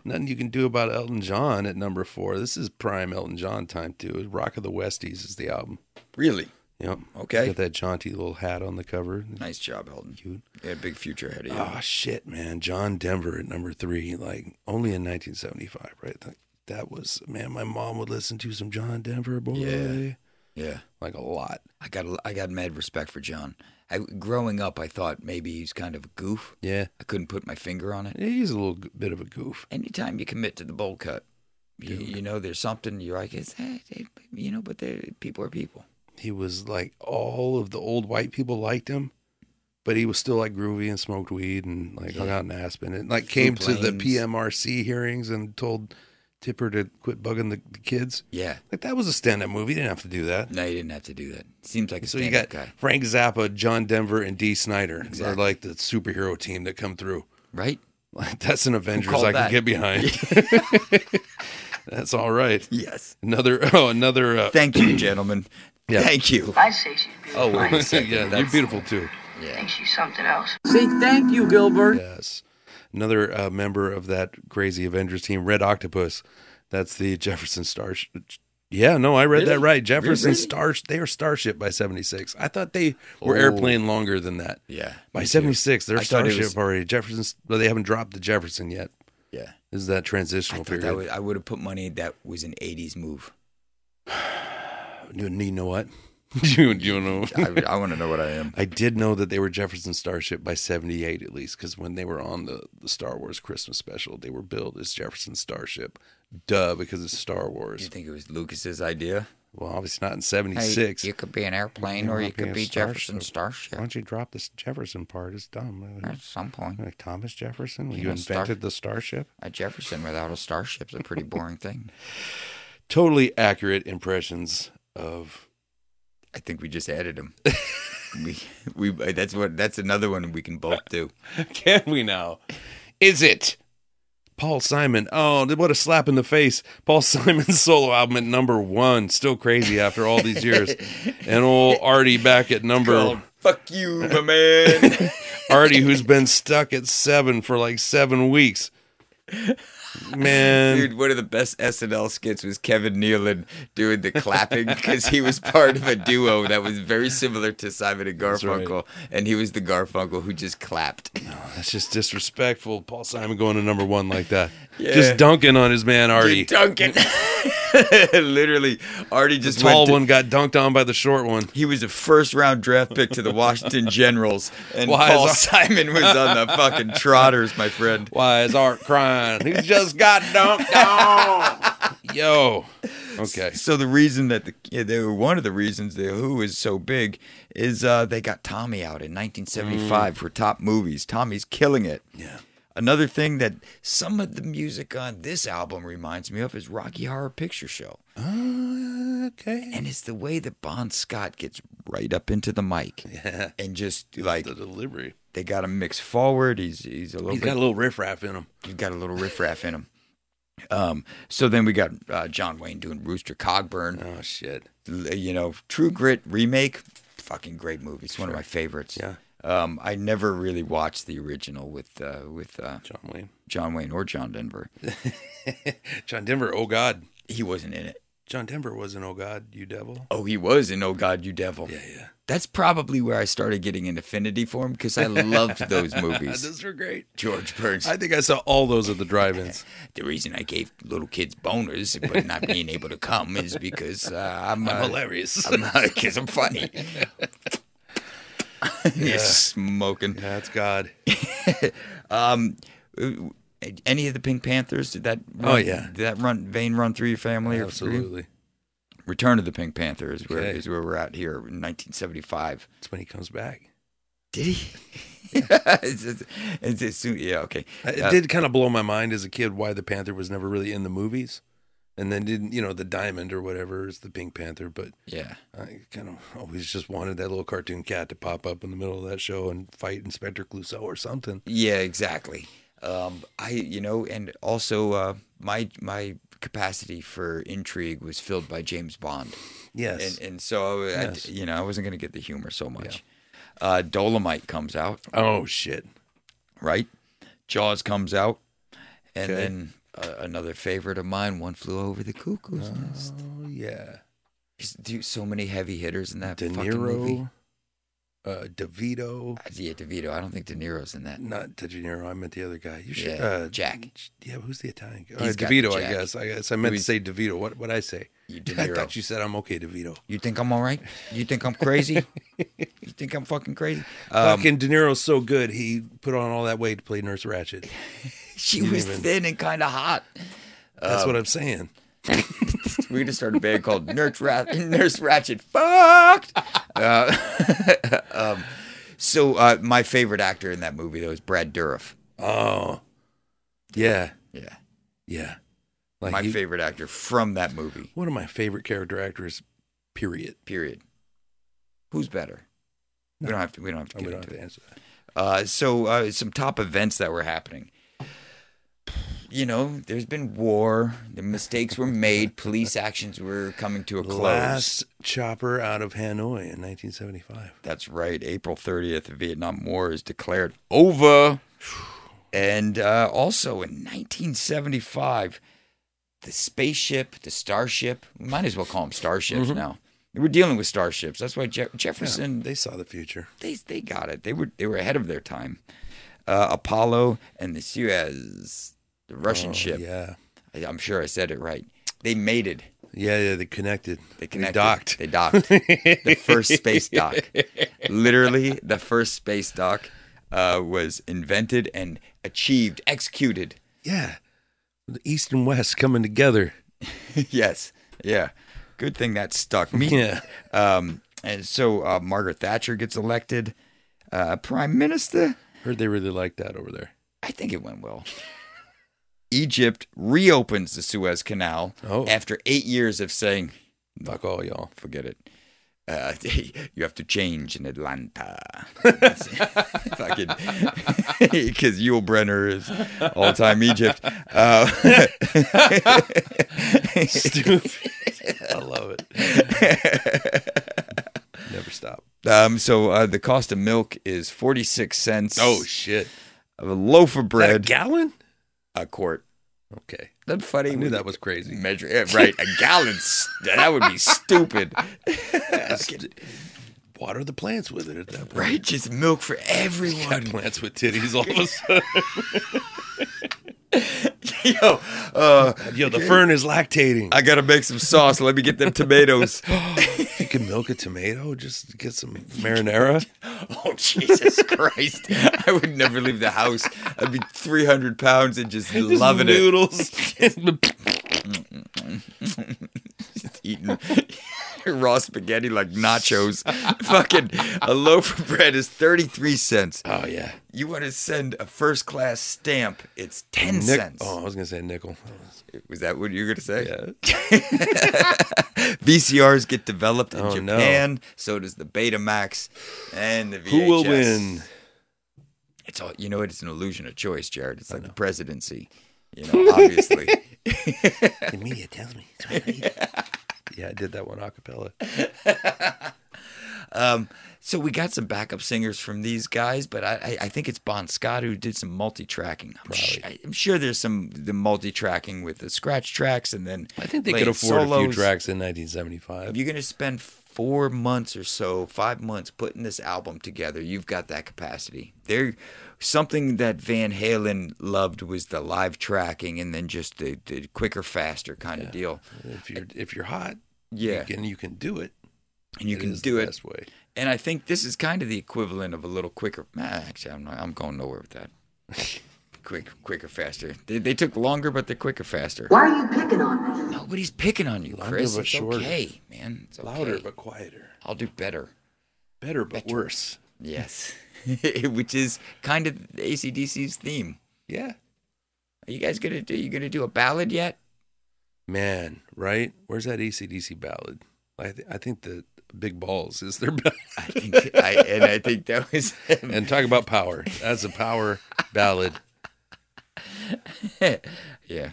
C: Nothing you can do about Elton John at number four. This is prime Elton John time too. Rock of the Westies is the album.
B: Really.
C: Yep.
B: Okay.
C: Got that jaunty little hat on the cover.
B: Nice job, Elton.
C: Cute.
B: You had a big future ahead of you.
C: Oh shit, man! John Denver at number three, like only in 1975, right? Like, that was man. My mom would listen to some John Denver, boy,
B: Yeah. yeah.
C: like a lot.
B: I got a, I got mad respect for John. I, growing up, I thought maybe he's kind of a goof.
C: Yeah.
B: I couldn't put my finger on it.
C: Yeah, he's a little g- bit of a goof.
B: anytime you commit to the bowl cut, you,
C: Dude.
B: you know there's something you're like, it's eh, they- you know, but they're people are people.
C: He was like all of the old white people liked him, but he was still like groovy and smoked weed and like hung out in Aspen and like came to the
B: planes.
C: PMRC hearings and told Tipper to quit bugging the, the kids.
B: Yeah,
C: Like that was a stand-up movie. You didn't have to do that.
B: no, you didn't have to do that. Seems like a
C: So you
B: stand-up
C: got
B: guy,
C: Frank Zappa, John Denver, and D. Snyder are
B: Exactly.
C: like the superhero team that come through.
B: right?
C: Like that's an Avengers
B: called
C: I
B: that?
C: can get behind. that's all right.
B: Yes.
C: Another oh another uh,
B: Thank you, gentlemen.
C: Yeah.
B: Thank you.
F: I say she's beautiful.
B: Oh, wait a second.
C: yeah, you're
B: That's-
C: beautiful too.
F: I
B: Yeah.
F: think she's something else.
C: Yes. Another uh, member of that crazy Avengers team, Red Octopus. That's the Jefferson Starship. Yeah, no, I read that
B: Really?
C: right. Jefferson
B: Really?
C: Star, they were Starship by 76. I thought they were airplane longer than that.
B: Yeah.
C: By
B: Oh. me too.
C: 76, they're
B: I thought it
C: Starship
B: was-
C: already. Jefferson's, well, they haven't dropped the Jefferson yet.
B: Yeah.
C: This is that
B: I
C: transitional
B: thought
C: period.
B: that was, I would have put money that was an '80s move.
C: you, you know what? you, you know.
B: I, I want to know what I am.
C: I did know that they were Jefferson Starship by 78 at least, because when they were on the, the Star Wars Christmas special, they were billed as Jefferson Starship. Duh, because it's Star
B: Do you
C: Wars.
B: think it was Lucas's idea?
C: Well, obviously not in 76.
G: You could be an airplane or
C: might
G: you
C: be a
G: could be Jefferson
C: Why
G: Starship
C: don't you drop this Jefferson part? It's dumb.
G: at some point.
C: Like Thomas Jefferson,
G: You
C: you,
G: know, Star-
C: invented the Starship?
G: A Jefferson without a starship's a pretty boring thing.
C: Totally accurate impressions of
B: I think we just added him. We, we that's what that's another one we can both do.
C: Can we now? Is it Paul Simon? Oh, what a slap in the face. Paul Simon's solo album at number one. Still crazy after all these years. and old Artie back at number
B: Fuck you, my man.
C: Artie, who's been stuck at seven for like seven weeks. Man.
B: Dude, one of the best SNL skits was Kevin Nealon doing the clapping because he was part of a duo that was very similar to Simon and
C: right.
B: Garfunkel, and he was the Garfunkel who just clapped.
C: That's just disrespectful. Paul Simon going to number one like that.
B: Yeah.
C: Just dunking on his man Artie.
B: Duncan. Literally, Artie
C: The
B: just
C: tall
B: went to-
C: one got dunked on by the short one.
B: He was a first round draft pick to the Washington Generals, and
C: Why is
B: Paul
C: Ar-
B: Simon was on the fucking Trotters, my friend.
C: Why is Art crying? He just got dunked on. Yo. Okay.
B: So the reason that the yeah, they were one of the reasons the Who is so big is uh, they got Tommy out in 1975 for top movies. Tommy's killing it.
C: Mm. Yeah.
B: Another thing that some of the music on this album reminds me of is Rocky Horror Picture Show.
C: Okay.
B: And it's the way that Bon Scott gets right up into the mic
C: Yeah.
B: and just like
C: The delivery.
B: they got him mixed forward. He's he's a little
C: He's
B: bit
C: got a little riffraff in him.
B: He's got a little riffraff in him. Um, so then we got uh, John Wayne doing Rooster Cogburn,
C: Oh shit.
B: l- you know, True Grit remake, fucking great movie. It's one of my favorites.
C: Yeah.
B: Um, I never really watched the original with uh, with uh,
C: John Wayne.
B: John Wayne or John Denver.
C: John Denver. Oh God.
B: He wasn't in it.
C: John Denver was an Oh God, you devil. Uh,
B: Oh, he was in Oh God, You Devil.
C: Yeah, yeah.
B: That's probably where I started getting an affinity for him because I loved those movies.
C: Those were great.
B: George Burns.
C: I think I saw all those at the drive-ins.
B: the reason I gave little kids boners but not being able to come is because uh, I'm,
C: I'm
B: uh,
C: hilarious.
B: because I'm funny. You're smoking. Um, uh,
C: That's God.
B: Any of the Pink Panthers? Did that? Run,
C: Oh, yeah.
B: Did that run vein run through your family? or through you?
C: Absolutely.
B: Return of the Pink Panther is where
C: Okay.
B: is where we're at here in 1975.
C: That's when he comes back.
B: Did he? it's, it's, it's, it's, yeah. Okay.
C: It
B: Uh,
C: did kind of blow my mind as a kid why the Panther was never really in the movies, and then didn't you know the diamond or whatever is the Pink Panther, but
B: yeah.
C: I kind of always just wanted that little cartoon cat to pop up in the middle of that show and fight Inspector Clouseau or something.
B: Yeah, exactly. Um, I, you know, and also uh, my my capacity for intrigue was filled by James Bond,
C: Yes.
B: and and so I,
C: Yes.
B: I, you know I wasn't going to get the humor so much. Uh, Dolomite comes out,
C: oh shit.
B: right? Jaws comes out, and
C: Okay.
B: then uh, another favorite of mine, One Flew Over the Cuckoo's Nest.
C: Oh yeah.
B: Just- Dude, so many heavy hitters in that
C: De
B: fucking movie.
C: Niro, uh, DeVito,
B: Yeah, DeVito. I don't think De Niro's in that.
C: not De Niro. I meant the other guy. You should.
B: Yeah,
C: uh,
B: Jack.
C: Yeah, who's the Italian guy? Uh,
B: He's got
C: DeVito, I
B: Jack.
C: guess. I guess I meant to
B: Louis-
C: say DeVito. What what I say?
B: You De
C: I
B: Niro.
C: thought you said I'm okay, DeVito.
B: You think I'm all right? You think I'm crazy? you think I'm fucking crazy? Um,
C: Fucking De Niro's so good. He put on all that weight to play Nurse Ratchet.
B: she was thin and kind of hot.
C: That's
B: Um,
C: what I'm saying.
B: We just started a band called Nurse, Rat- Nurse Ratchet. Fucked. Uh, um, so uh, my favorite actor in that movie though is Brad Dourif.
C: Oh, yeah,
B: Yeah,
C: yeah. Like
B: my
C: he-
B: favorite actor from that movie.
C: One of my favorite character actors. Period.
B: Period. Who's better? We don't have to. We don't have to
C: Oh,
B: get
C: we don't
B: into
C: have
B: it.
C: to answer that.
B: Uh, so uh, some top events that were happening. You know, there's been war. The mistakes were made. Police actions were coming to a close.
C: Last chopper out of Hanoi in 1975.
B: That's right. April 30th, the Vietnam War is declared over. And uh, also in 1975, the spaceship, the starship, we might as well call them starships now. We're dealing with starships. That's why Je- Jefferson,
C: They saw the future.
B: they they got it. They were they were ahead of their time. Uh, Apollo and the Suez, the Russian ship.
C: Oh, Yeah,
B: I, I'm sure I said it right. They mated.
C: yeah, yeah. They connected.
B: They connected.
C: They docked.
B: They docked. the first space dock. Literally, the first space dock uh, was invented and achieved, executed.
C: yeah, the East and West coming together.
B: yes. Yeah. Good thing that stuck. Me.
C: Yeah.
B: Um, and so uh, Margaret Thatcher gets elected uh, prime minister.
C: Heard they really liked that over there.
B: I think it went well. Egypt reopens the Suez Canal
C: Oh.
B: after eight years of saying,
C: Fuck all y'all.
B: forget it. Uh, you have to change in Atlanta. Because Yul Brenner is all time Egypt. Uh,
C: Stupid. I love it. Never stop.
B: um, so uh, the cost of milk is 46 cents.
C: Oh shit!
B: of a loaf of
C: Bread. a
B: bread,
C: gallon?
B: a quart.
C: Okay,
B: That's funny.
C: I knew that was crazy.
B: measure. yeah, right, a gallon. s- that would be stupid.
C: Just water the plants with it at that point.
B: Right, just milk for
C: Got
B: everyone.
C: plants with titties all of a sudden.
B: Yo, uh,
C: Yo, the fern is lactating.
B: I gotta make some sauce. Let me get them tomatoes.
C: you can milk a tomato, just get some marinara.
B: oh Jesus Christ! I would never leave the house. I'd be three hundred pounds and just, loving
C: noodles.
B: it, eating raw spaghetti like nachos. Fucking a loaf of bread is thirty three cents.
C: oh yeah,
B: You want to send a first class stamp? It's ten
C: Nic-
B: cents.
C: Oh, I was gonna say nickel. That was-
B: Was that what you were going to say? VCRs get developed in
C: Oh, no.
B: Japan. So does the Betamax and the VHS.
C: Who will win?
B: It's all you know. It's an illusion of choice, Jared. It's like the presidency. You know, obviously.
C: The media tells me. yeah, I did that one a cappella.
B: so we got some backup singers from these guys, but I, I, I think it's Bon Scott who did some multi-tracking. I'm, sh- I'm sure there's some the multi-tracking with the scratch tracks, and then
C: I think they
B: playing
C: could afford a few
B: solos.
C: tracks in 1975.
B: If you're going to spend four months or so, five months putting this album together, you've got that capacity. There, something that Van Halen loved was the live tracking and then just the, the quicker, faster kind of deal.
C: if you're if you're hot,
B: Yeah,
C: you can you can do it.
B: and you
C: It
B: can
C: is
B: do
C: the
B: it.
C: best way.
B: And I think this is kind of the equivalent of a little quicker. Nah, actually, I'm not, I'm going nowhere with that. Quick, quicker, faster. They, they took longer, but they're quicker, faster.
D: Why are you picking on me?
B: Nobody's picking on you,
C: Longer
B: Chris.
C: but
B: It's
C: shorter.
B: okay, man. It's okay.
C: Louder but quieter.
B: I'll do better.
C: Better but worse.
B: Yes. Which is kind of ACDC's theme.
C: Yeah.
B: Are you guys gonna do you gonna do a ballad yet?
C: Man, right? Where's that ACDC ballad? I th- I think the Big Balls is their ballad.
B: I think I and I think that was
C: and talk about power. That's a power ballad.
B: Yeah.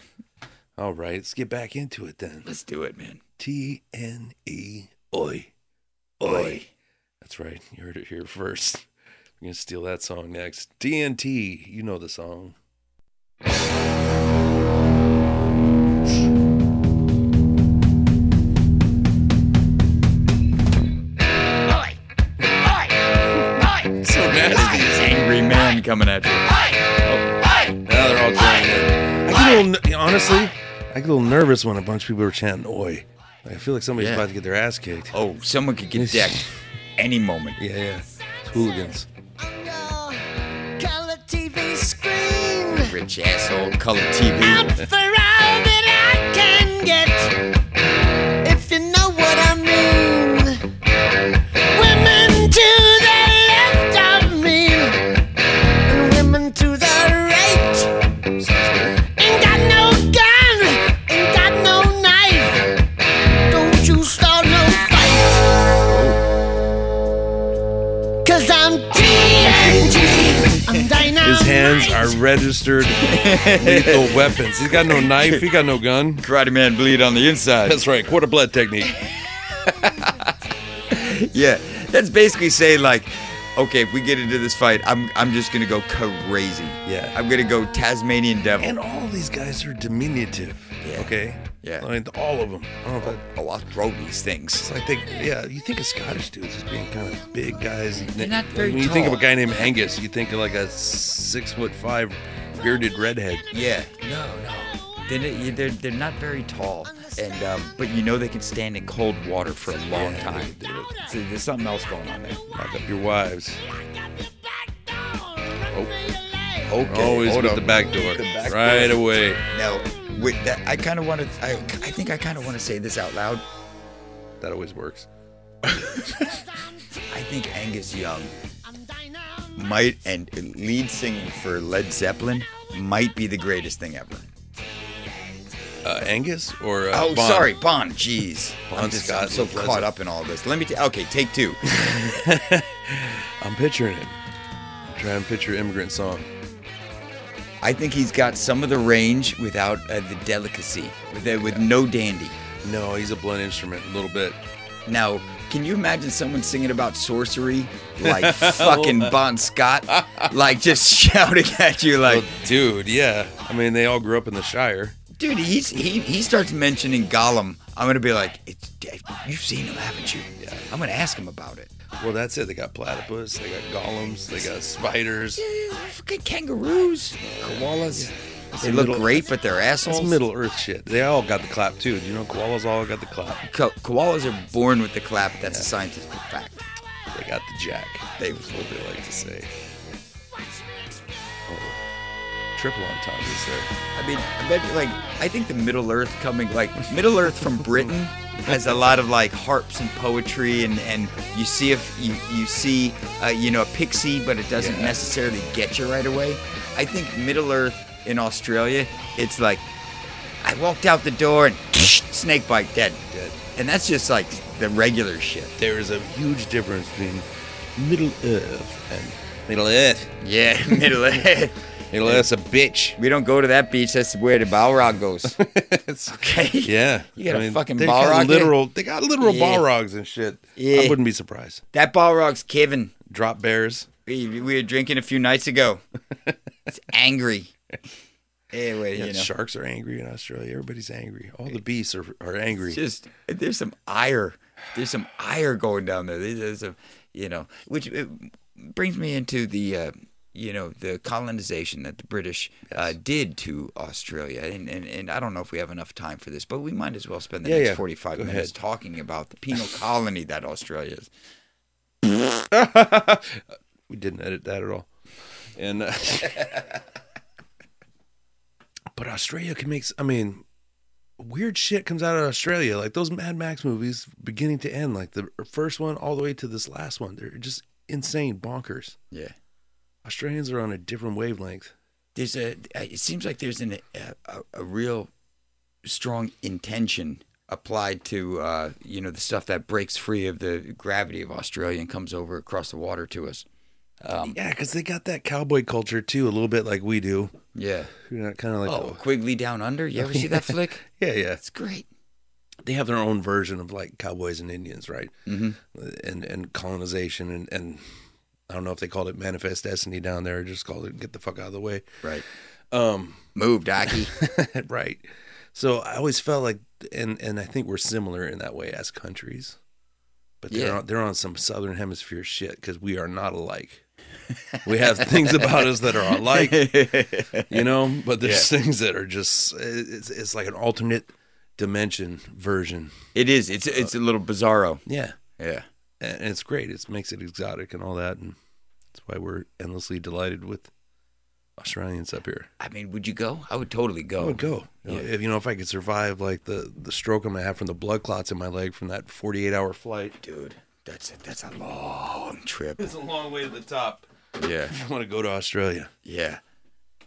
C: All right, let's get back into it then.
B: Let's do it, man.
C: T N E oi oi. That's right. You heard it here first. We're gonna steal that song next. TNT. You know the song.
A: Oi! Oi! Oi!
C: So mad at these.
B: Angry man coming at you.
A: Oi!
C: Now they're all trying to. I get a little, ner- honestly, I get a little nervous when a bunch of people are chanting "Oi." I feel like somebody's
B: Yeah.
C: about to get their ass kicked.
B: Oh, someone could get decked any moment.
C: Yeah, yeah. It's hooligans.
A: On your color TV screen.
B: Rich asshole color TV.
A: out for all that I can get. If you know what I mean. Women to the left of me, and women to the right. Ain't got no gun, ain't got no knife. Don't you start no fight. Cause I'm TNT. I'm dynamite.
C: His hands are registered lethal weapons. He's got no knife. He got no gun.
B: Karate man bleed on the inside.
C: That's right. Quarter blood technique.
B: Yeah. That's basically saying like, okay, if we get into this fight, I'm I'm just gonna go crazy.
C: Yeah.
B: I'm gonna go Tasmanian devil.
C: And all these guys are diminutive.
B: Yeah.
C: Okay.
B: Yeah.
C: I mean, all of them. I don't know if I,
B: oh, I'll throw these things.
C: It's like they, yeah, you think of Scottish dudes as being kind of big guys. They're
G: not very
C: When you think of a
G: tall.
C: guy named Angus, you think of like a six foot five bearded redhead.
B: Yeah. No, no. They're, they're- they're, they're not very tall, and um, but you know they can stand in cold water for a long
C: Yeah,
B: time.
C: they do
B: So there's something else going on there.
C: Lock up your wives.
B: Okay,
C: Always
B: hold
C: with
B: on.
C: the back door.
B: The back
C: right
B: door.
C: away.
B: Now, with that, I kind of want to. I, I think I kind of want to say this out loud.
C: That always works.
B: I think Angus Young might and lead singing for Led Zeppelin might be the greatest thing ever.
C: uh, Angus or uh,
B: oh,
C: Bon?
B: sorry, Bond. Jeez,
C: Bon
B: I'm, just, I'm
C: Scott
B: so
C: is
B: caught
C: Leslie.
B: up in all this. Let me. T- okay, take two.
C: I'm picturing him. I'm trying to picture immigrant song.
B: I think he's got some of the range without uh, the delicacy, with, uh, with no dandy.
C: No, he's a blunt instrument, a little bit.
B: Now, can you imagine someone singing about sorcery like fucking Bon Scott, like just shouting at you like,
C: Well, dude, yeah. I mean, they all grew up in the Shire.
B: dude, he's he he starts mentioning Gollum. I'm gonna be like, it's, you've seen him, haven't you?
C: Yeah.
B: I'm gonna ask him about it.
C: Well, that's it. They got platypus, they got golems, they got spiders.
B: Fucking kangaroos, koalas. They
C: the
B: look
C: middle-
B: great, but they're
C: That's
B: assholes.
C: Middle Earth shit. They all got the clap too. Do you know koalas all got the clap?
B: Ko- koalas are born with the clap. That's a scientific fact.
C: They got the jack.
B: They
C: That's what they like to say. Oh, triple entendres there.
B: I mean, I bet like I think the Middle Earth coming like Middle Earth from Britain has a lot of like harps and poetry and and you see if you you see uh, you know a pixie but it doesn't
C: Yeah.
B: necessarily get you right away. I think Middle Earth in Australia it's like I walked out the door and snake bite dead.
C: Dead.
B: And that's just like the regular shit.
C: There is a huge difference between Middle Earth and Middle Earth.
B: Yeah, Middle Earth.
C: Middle Earth's a bitch.
B: We don't go to that beach. That's where the Balrog goes.
C: It's-
B: Okay.
C: yeah.
B: You got a fucking
C: they got
B: Balrog there?
C: literal. They got literal
B: Yeah.
C: Balrogs and shit.
B: Yeah.
C: I wouldn't be surprised.
B: That Balrog's Kevin.
C: Drop bears.
B: We, we were drinking a few nights ago. It's angry. Anyway,
C: Yeah,
B: you know,
C: sharks are angry in Australia. Everybody's angry. All the beasts are, are angry.
B: it's just there's some ire. There's some ire going down there. There's, there's some, you know, which it brings me into the, uh, you know, the colonization that the British uh, did to Australia, and, and and I don't know if we have enough time for this, but we might as well spend the
C: Yeah,
B: next
C: yeah.
B: 45
C: Go
B: minutes
C: ahead.
B: talking about the penal colony that Australia is.
C: We didn't edit that at all. And uh, but Australia can make. s- I mean, weird shit comes out of Australia, like those Mad Max movies, beginning to end, like the first one all the way to this last one. They're just insane, bonkers.
B: Yeah.
C: Australians are on a different wavelength.
B: there's a uh, it seems like there's an uh, a, a, a real strong intention applied to uh, you know the stuff that breaks free of the gravity of Australia and comes over across the water to us.
C: Yeah, because they got that cowboy culture too, a little bit like we do.
B: Yeah.
C: You're not kind of like,
B: Oh,
C: oh,
B: Quigley Down Under. You ever see that flick?
C: yeah, yeah.
B: It's great.
C: They have their own version of like cowboys and Indians, right?
B: Mm-hmm.
C: and and colonization and and I don't know if they called it manifest destiny down there, or just called it get the fuck out of the way.
B: Right.
C: Um,
B: Move, Docky.
C: right. So I always felt like, and and I think we're similar in that way as countries, but they're
B: Yeah.
C: on, they're on some southern hemisphere shit because we are not alike. We have things about us that are alike, you know, but there's things that are just it's it's like an alternate dimension version.
B: it is. It's it's a little bizarro.
C: Yeah.
B: Yeah.
C: and it's great. It makes it exotic and all that, and that's why we're endlessly delighted with Australians up here.
B: I mean, would you go? I would totally Oh, go.
C: I would go. You know, If you know, if I could survive like the the stroke I'm gonna have from the blood clots in my leg from that 48 hour flight,
B: dude. That's a, that's a long trip.
C: it's a long way to the top.
B: Yeah.
C: I want to go to Australia,
B: Yeah.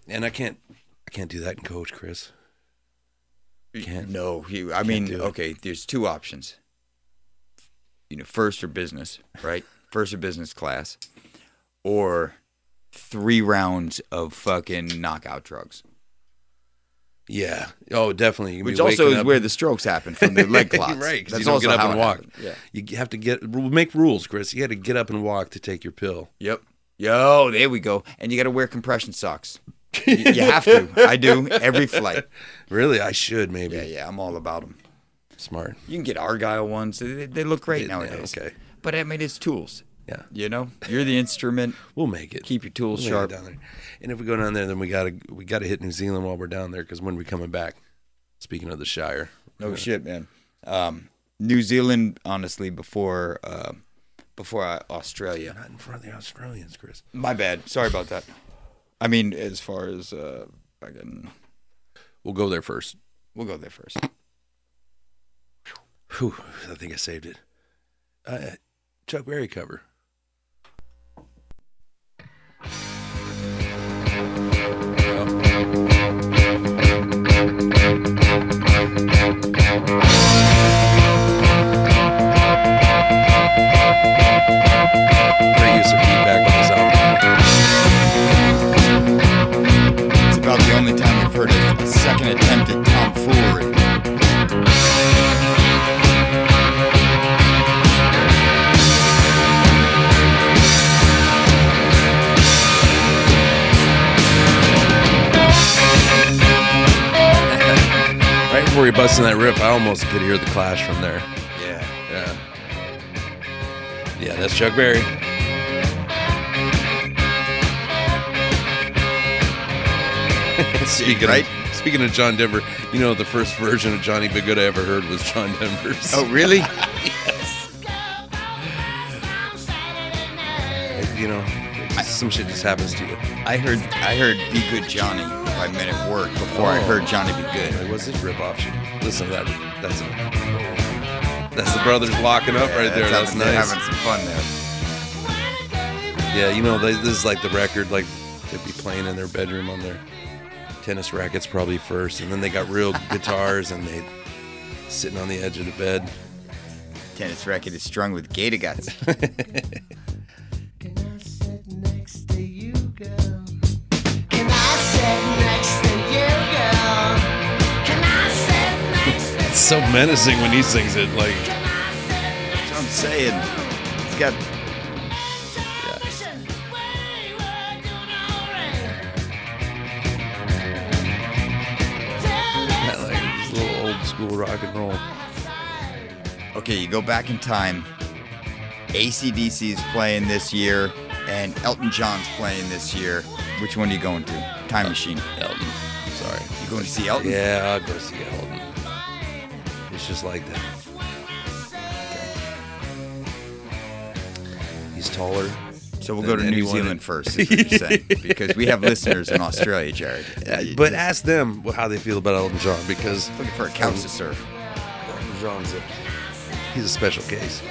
C: and I can't. I can't do that in coach, Chris. Can't.
B: No, you, I mean,
C: do it.
B: okay, there's two options. You know, first or business, right? first or business class, or three rounds of fucking knockout drugs.
C: Yeah. Oh, definitely. You're gonna
B: Which
C: be
B: also
C: waking
B: is
C: up-
B: where the strokes happen from the leg clots.
C: right? 'cause
B: That's
C: you don't
B: also
C: get up
B: how
C: and
B: it
C: walk.
B: happened. Yeah.
C: You have to get make rules, Chris. You had to get up and walk to take your pill.
B: Yep. Yo, there we go. And you got to wear compression socks. you, you have to. I do every flight.
C: Really, I should maybe.
B: Yeah, yeah. I'm all about them.
C: Smart.
B: You can get Argyle ones. They, they look great
C: Yeah,
B: nowadays.
C: okay.
B: But I mean, it's tools.
C: Yeah.
B: You know, you're the instrument.
C: We'll make it.
B: Keep your tools
C: We'll
B: sharp.
C: make it down there. And if we go down there, then we gotta we gotta hit New Zealand while we're down there because when we coming back. Speaking of the Shire,
B: No shit, man. Um, New Zealand, honestly, before uh, before uh, Australia.
C: not in front of the Australians, Chris.
B: My bad. Sorry about that. I mean, as far as uh, fucking,
C: We'll go there first.
B: we'll go there first.
C: Whew, I think I saved it. Uh, Chuck Berry cover.
B: an attempt at tomfoolery.
C: Right before you're busting that riff, I almost could hear the clash from there.
B: Yeah.
C: Yeah. Yeah, that's Chuck Berry. speaking,
B: right?
C: of, speaking of John Denver, you know the first version of Johnny Be Good I ever heard was John Denver's.
B: Oh, really?
C: you know, it's- some shit just happens to you.
B: I heard I heard Be Good Johnny by Men at Work before I
C: Oh.
B: heard Johnny Be Good.
C: Like, what's this rip off shit? Listen to that. That's it. That's the brothers locking up right there. That's
B: having, they're
C: nice.
B: having some fun there.
C: Yeah, you know, they, this is like the record like they'd be playing in their bedroom on their tennis rackets probably first, and then they got real guitars and they sitting on the edge of the bed.
B: Tennis racket is strung with gator guts.
A: Can I sit next to you, girl? Can I sit next to you, girl? Can I sit next to
C: It's so menacing when he sings it. Like,
A: Can I sit next
B: That's what I'm saying. It's got
A: Listen, we were doing all right. Till
C: that,
A: this
C: like this little old school rock and roll.
B: okay. You go back in time. ACDC is playing this year, and Elton John's playing this year. Which one are you going to? Time Machine.
C: Elton, sorry.
B: You going to see Elton?
C: Yeah, I'll go see Elton. It's just like that. He's taller.
B: So we'll go to
C: Than
B: New
C: anyone in-
B: Zealand first, is what you're saying, because we have listeners in Australia, Jared.
C: But ask them how they feel about Elton John because
B: looking for a couch to surf.
C: Elton John's a, he's a special case.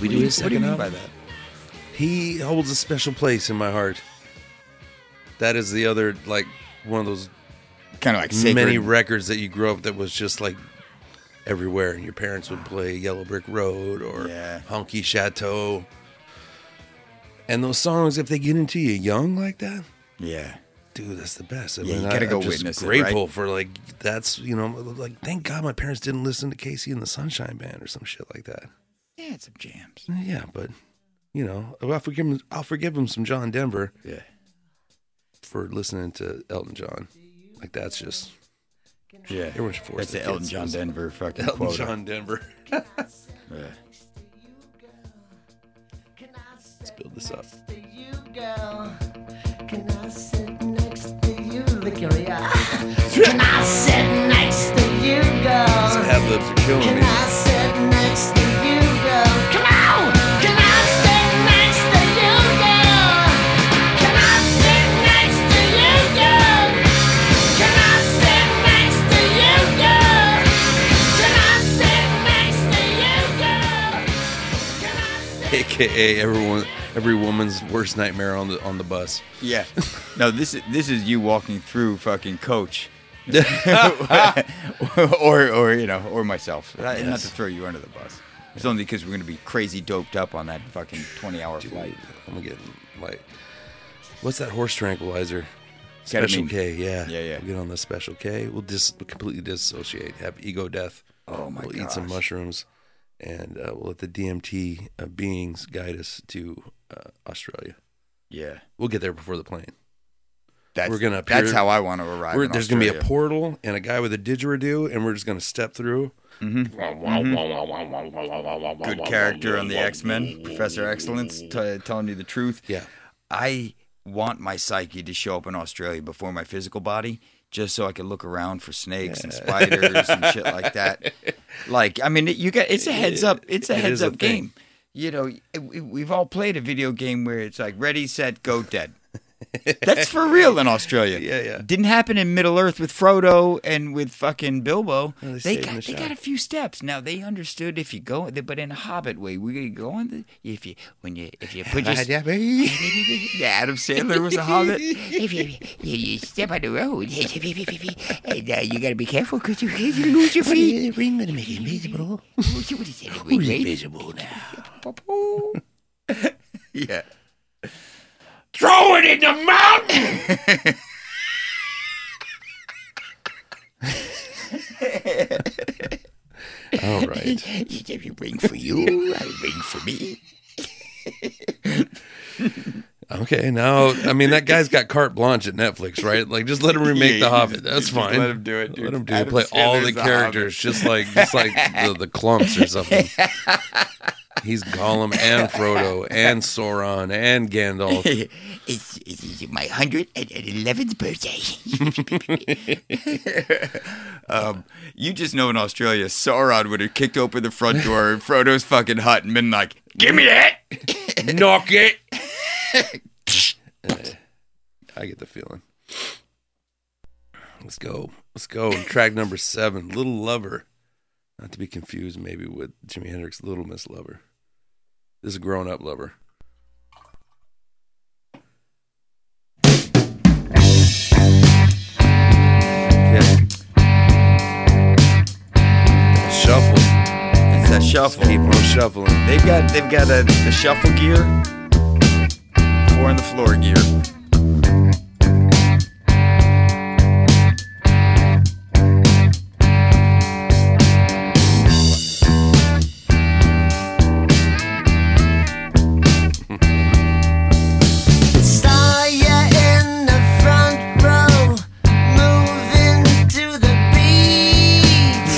B: We What do
C: do his
B: you
C: second
B: mean
C: album.
B: by that?
C: He holds a special place in my heart. That is the other like one of those
B: Kind of like sacred.
C: many records that you grew up that was just like everywhere, and your parents would play Yellow Brick Road or
B: Yeah.
C: Honky Chateau. And those songs, if they get into you young like that,
B: yeah.
C: dude, that's the best. I
B: Yeah, you
C: mean,
B: gotta
C: I,
B: go
C: am just
B: witness it, right?
C: grateful for like that's you know like thank God my parents didn't listen to Casey and the Sunshine Band or some shit like that.
B: Yeah, it's some jams.
C: Yeah, but you know, I'll forgive him. I'll forgive him some John Denver
B: Yeah.
C: for listening to Elton John. Like that's just
B: Yeah.
C: Everyone's
B: That's
C: forced to
B: the
C: kids
B: Elton John
C: listen.
B: Denver fucking
C: Elton
B: quota.
C: John Denver.
B: Yeah.
A: Can I sit
C: Build this up.
A: next to you, girl? Can I sit next to you, lick your ear? Can I sit next to you,
C: His
A: girl?
C: ad libs are killing
A: Can
C: me.
A: I sit next to you, girl? Come on! Can I sit next to you, girl? Can I sit next to you, girl? Can I sit next to you, girl? Can I sit next to you, girl? Can I sit
C: AKA everyone, every woman's worst nightmare on the on the bus.
B: Yeah. No, this is this is you walking through fucking coach. or or you know, or myself. Not- Not
C: Yes.
B: to throw you under the bus. It's only because we're gonna be crazy doped up on that fucking twenty hour flight.
C: I'm getting like, what's that horse tranquilizer? Special
B: Ketamine.
C: K, yeah,
B: Yeah, yeah.
C: We'll get on the special K. We'll dis we'll completely dissociate, have ego death.
B: Oh, my
C: We'll eat some
B: gosh.
C: mushrooms, and uh, we'll let the DMT uh, beings guide us to uh, Australia.
B: Yeah.
C: We'll get there before the plane.
B: That's
C: We're gonna appear-
B: that's how I want to arrive.
C: We're,
B: in
C: there's gonna be a
B: Australia.
C: portal and a guy with a didgeridoo, and we're just gonna step through.
B: good character on the X Men, Professor Excellence, t- telling you the truth.
C: Yeah.
B: I want my psyche to show up in Australia before my physical body, just so I can look around for snakes and spiders and shit like that. Like, I mean, it- you got it's a heads up, it's a
C: It
B: heads
C: is a
B: up
C: thing.
B: game. You know, we- we've all played a video game where it's like ready, set, go, dead. That's for real in Australia.
C: Yeah, yeah.
B: Didn't happen in Middle Earth with Frodo and with fucking Bilbo.
C: No, they
B: they
C: stayed in
B: got,
C: the
B: they
C: shop.
B: got a few steps. Now they understood if you go, but in a Hobbit way, we go on the if you when you if you put your yeah, Adam Sandler was a Hobbit.
G: If you, you, you step on the road, and uh, you gotta be careful because you, you lose your feet.
E: ring gonna make invisible?
G: What is it? Who's invisible now?
B: Yeah,
E: Throw it in the mountain!
C: All right.
G: If you ring for you, I ring for me.
C: Okay, now I mean that guy's got carte blanche at Netflix, right? Like, just let him remake
B: Yeah, you
C: The Hobbit.
B: just-
C: That's
B: you just
C: fine.
B: let him do it, dude.
C: Let him do it.
B: Adam
C: Play all the
B: Sandler's The
C: characters, just like just like the, the clumps or something. He's Gollum and Frodo and Sauron and Gandalf.
G: It's, it's my 111th birthday.
B: Um, You just know in Australia, Sauron would have kicked open the front door of Frodo's fucking hut and been like, "Give me that."
C: Knock it. I get the feeling. Let's go. Let's go. Track number seven, Little Lover. Not to be confused, maybe with Jimi Hendrix's Little Miss Lover. This is grown up lover. Yeah. Shuffle.
B: It's that
C: Shuffle. Keep
B: shuffle.
C: on shuffling.
B: They've got they've got a, the shuffle gear, four on the floor gear.
A: Saw ya in the front row, moving to the beat.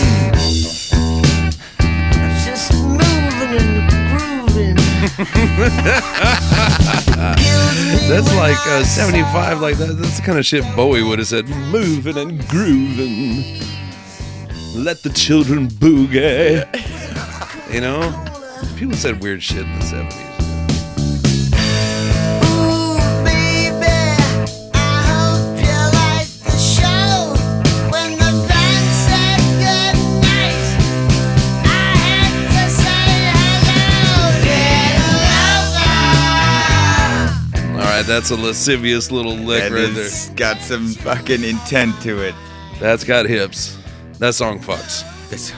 A: Just moving and grooving. Kills me
C: That's
A: when
C: like
A: I
C: uh,
A: saw
C: 75. Like that, that's the kind of shit Bowie would have said. Moving and grooving. Let the children boogie. You know? People said weird shit in the 70s.
A: Ooh, baby, I hope you like the show. When the band said goodnight, I had to say hello, little lover.
C: All right, that's a lascivious little lick
B: That
C: right
B: has got some fucking intent to it.
C: there. That's got hips. That song fucks.
B: It's-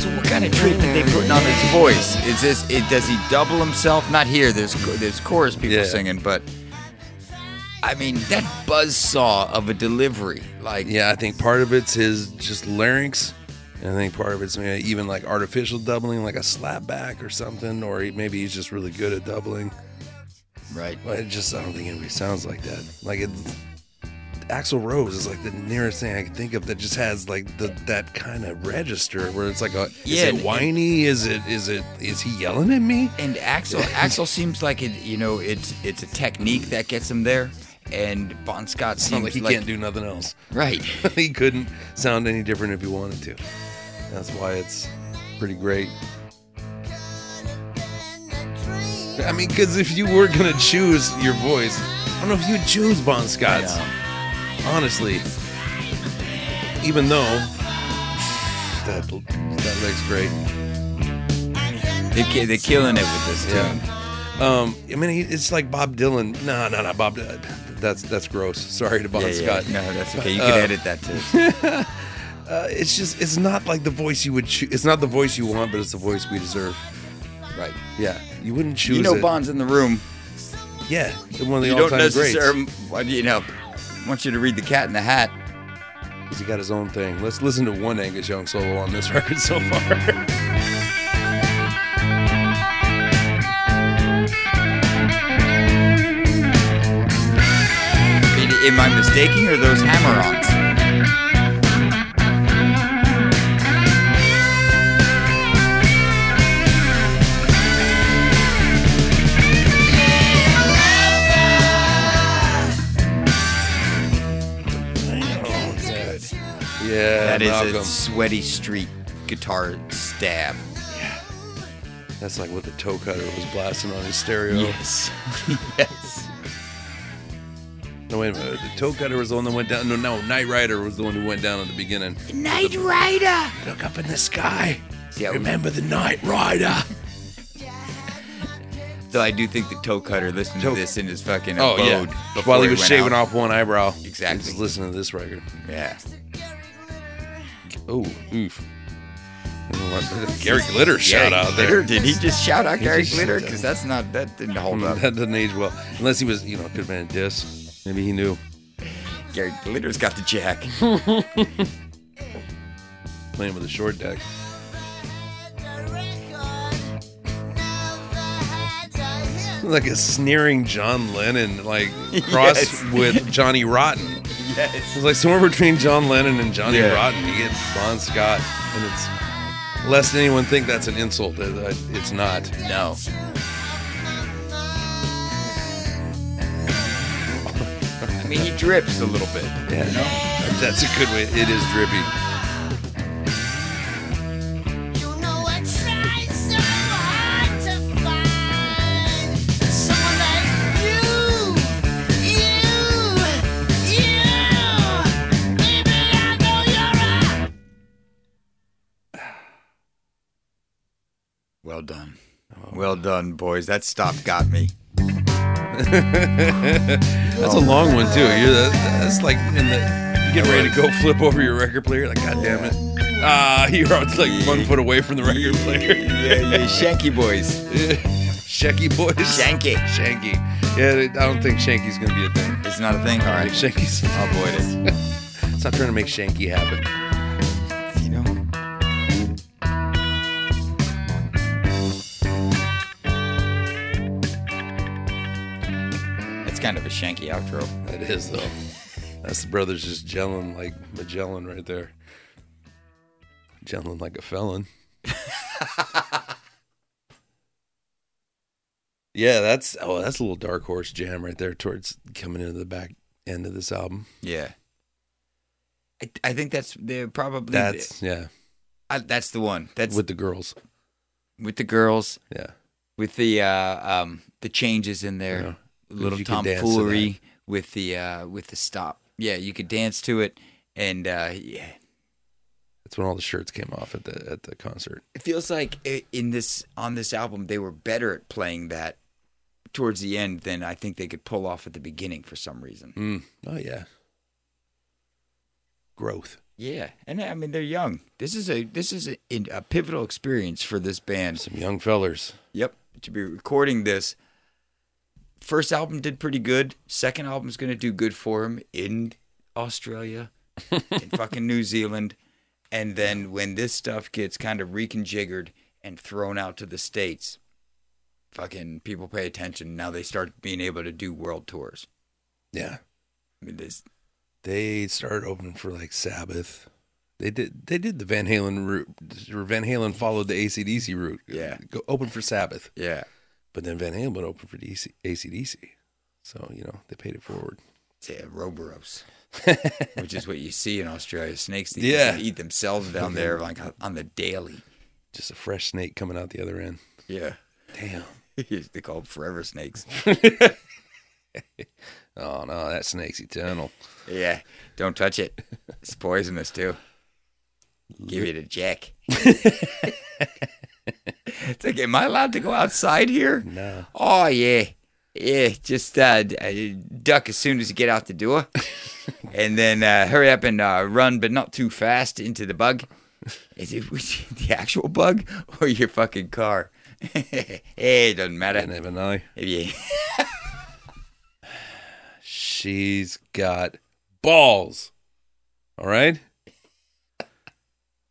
B: so what kind of treatment they putting on his voice? Is this? It, does he double himself? Not here. There's co- there's chorus people
C: Yeah.
B: singing, but I mean that buzz saw of a delivery, like
C: Yeah, I think part of it's his just larynx. And I think part of it's maybe even like artificial doubling, like a slap back or something, or he, maybe he's just really good at doubling.
B: right.
C: But it just, I don't think anybody sounds like that. Like it, Axl Rose is like the nearest thing I can think of that just has like the that kind of register where it's like a
B: Yeah,
C: is
B: and-
C: it whiny? Is it is it is he yelling at me?
B: And Axel, Axel seems like it. You know, it's it's a technique that gets him there. And Bon Scott
C: It's not
B: seems
C: like he can't do nothing else.
B: right.
C: he couldn't sound any different if he wanted to. That's why it's pretty great. I mean, because if you were gonna choose your voice, I don't know if you'd choose Bon Scott's. Honestly, even though that that looks great.
B: They, ki- they're killing it with this tune.
C: Um, I mean, he- it's like Bob Dylan. No, no, no, Bob. Dy- That's that's gross. Sorry to Bon
B: Yeah, yeah.
C: Scott.
B: No, that's okay. You can edit that too.
C: Uh, it's just it's not like the voice you would choose. It's not the voice you want, but it's the voice we deserve.
B: right.
C: Yeah, you wouldn't choose.
B: You know
C: it.
B: Bond's in the room.
C: Yeah, one of the
B: You don't
C: all-time greats.
B: necessarily, well, you know, I want you to read The Cat in the Hat.
C: He's got his own thing. Let's listen to one Angus Young solo on this record so
B: Mm,
C: far.
B: I mean, am I mistaken or are those hammer-ons?
C: yeah,
B: That is
C: Malcolm.
B: a sweaty street guitar stab.
C: That's like what the toe cutter was blasting on his
B: Oh.
C: stereo.
B: Yes. yes.
C: No, wait a minute. The toe cutter was the one that went down. No, no, Knight Rider was the one who went down at the beginning.
G: Night Rider!
C: Look up in the sky.
B: Yeah,
C: Remember the Knight Rider.
B: Though I do think the toe cutter listened
C: Toe-
B: to this in his fucking
C: Oh
B: abode.
C: yeah.
B: before
C: While he was
B: went
C: shaving
B: out.
C: off one eyebrow.
B: Exactly.
C: Just listening to this record.
B: Yeah.
C: Oh, oof. Gary Glitter shout out there.
B: Glitter, Did he just shout out Gary
C: just-
B: Glitter? Because that's not, that didn't hold up.
C: that doesn't age well. Unless he was, you know, could have been a diss. Maybe he knew.
B: Gary Glitter's got the jack.
C: Playing with a short deck. Like a sneering John Lennon, like crossed
B: Yes.
C: with Johnny Rotten.
B: yes.
C: It's like somewhere between John Lennon and Johnny
B: Yeah.
C: Rotten. You get Bon Scott, and it's lest anyone think that's an insult. It- it- It's not.
B: No. I mean, he drips a little bit.
C: Yeah, that's a good way. It is drippy.
B: Well done. Well done, boys. That stop got me.
C: That's a long one too. You're that, that's like in the you get ready to go flip over your record player. Like, god damn it. Ah, you're always like one foot away from the record player.
B: Yeah, yeah, Shanky boys.
C: Shanky boys.
B: Shanky.
C: Shanky. Yeah, I don't think Shanky's gonna be a thing.
B: It's not a thing. All
C: Like
B: right.
C: Shanky's.
B: I'll avoid
C: It's not trying to make Shanky happen.
B: it. You know? That's kind of a shanky outro.
C: That is though. That's the brothers just gelling like Magellan right there. Gelling like a felon. yeah, that's oh, that's a little dark horse jam right there towards coming into the back end of this album.
B: Yeah. I, I think that's they're probably
C: That's yeah,
B: I, that's the one. That's
C: with
B: with,
C: the girls.
B: with the girls
C: Yeah,
B: with the uh, um, the changes in their
C: Yeah.
B: little
C: You can dance to
B: tomfoolery with the uh, with the stop. Yeah, you could dance to it, and uh, yeah,
C: that's when all the shirts came off at the at the concert.
B: it feels like i- in this on this album they were better at playing that towards the end than I think they could pull off at the beginning for some reason.
C: Mm. Oh yeah, growth.
B: Yeah, and I mean they're young. This is a this is a, in- a pivotal experience for this band.
C: Some young fellers.
B: Yep. To be recording this. First album did pretty good. Second album's going to do good for him in Australia, in fucking New Zealand. And then when this stuff gets kind of reconfigured and thrown out to the States, fucking people pay attention. Now they start being able to do world tours.
C: Yeah.
B: I mean, this,
C: they started opening for like Sabbath. They did. They did the Van Halen route. or Van Halen followed the ACDC route.
B: Yeah.
C: go open for Sabbath,
B: yeah.
C: but then Van Halen would open for DC, ACDC. So you know they paid it forward.
B: It's a Roboros, which is what you see in Australia. Snakes they
C: Yeah.
B: eat themselves down there like on the daily.
C: Just a fresh snake coming out the other end.
B: Yeah.
C: Damn.
B: they call them forever snakes.
C: Oh no, that snake's eternal.
B: Yeah, don't touch it. It's poisonous too. Give it a jack. it's like, am I allowed to go outside here?
C: No.
B: Oh yeah, yeah. Just uh, d- uh, duck as soon as you get out the door, and then uh, hurry up and uh, run, but not too fast into the bug. Is it which- the actual bug or your fucking car? hey, it doesn't
C: I
B: matter.
C: never know.
B: Yeah.
C: She's got balls. All right.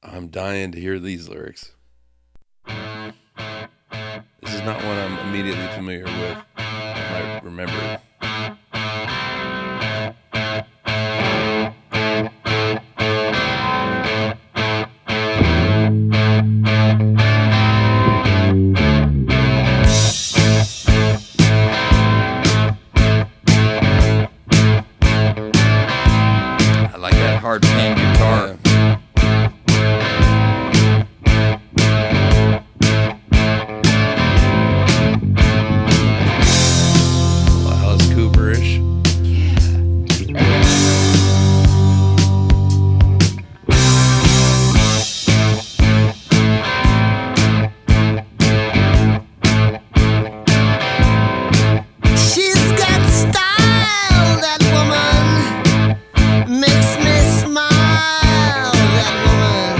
C: I'm dying to hear these lyrics. This is not one I'm immediately familiar with. I might remember it.
B: I like that hard pan guitar.
C: Little Alice Cooperish.
A: She's got style, that woman makes me smile.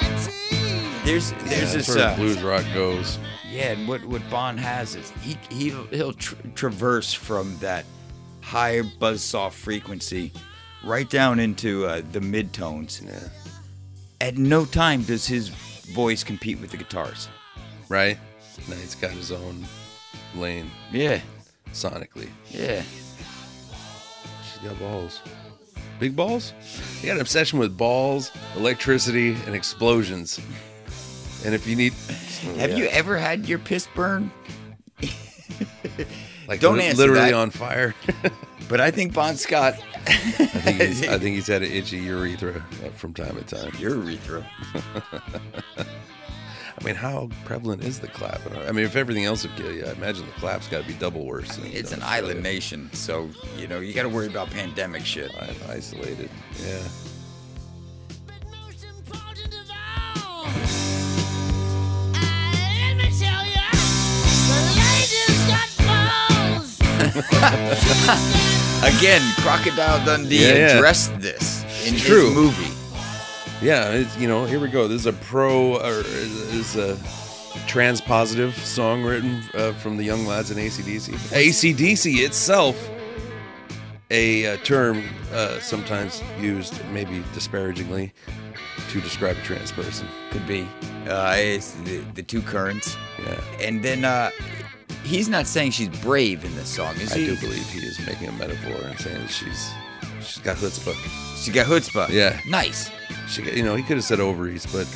B: there's there's
C: That's
B: this
C: where
B: uh,
C: blues rock goes.
B: yeah, and what what Bond has is he he he'll tr traverse from that high buzzsaw frequency right down into uh, the mid tones.
C: Yeah.
B: At no time does his voice compete with the guitars.
C: Right? Now he's got his own lane
B: Yeah,
C: sonically.
B: yeah.
C: She's got balls. Big balls? He got an obsession with balls, electricity, and explosions. And if you need
B: Have you ever had your piss burn?
C: like
B: Don't
C: li-
B: answer
C: literally
B: that.
C: on fire?
B: But I think Bon Scott,
C: I, think he's, I think he's had an itchy urethra uh, from time to time.
B: your urethra.
C: I mean, how prevalent is the clap? uh, I mean, if everything else would kill you, I imagine the clap's got to be double worse. than-
B: It's
C: than
B: an island
C: Australia.
B: nation, so you know you got to worry about pandemic shit.
C: I- Isolated. Yeah.
A: But most important of all, uh, let me tell you, the lady's got balls.
B: Again, Crocodile Dundee
C: Yeah, yeah.
B: addressed this in his
C: True.
B: movie.
C: Yeah, it's, you know, here we go. This is a pro, or is is a trans positive song written uh, from the young lads in ACDC. ACDC itself, a uh, term uh, sometimes used, maybe disparagingly, to describe a trans person.
B: Could be. Uh, it's the, the two currents.
C: Yeah,
B: And then uh, he's not saying she's brave in this song, is
C: I
B: he?
C: do believe he is making a metaphor and saying that she's she's got chutzpah.
B: She got chutzpah.
C: Yeah.
B: Nice.
C: She, got- you know, he could have said ovaries, but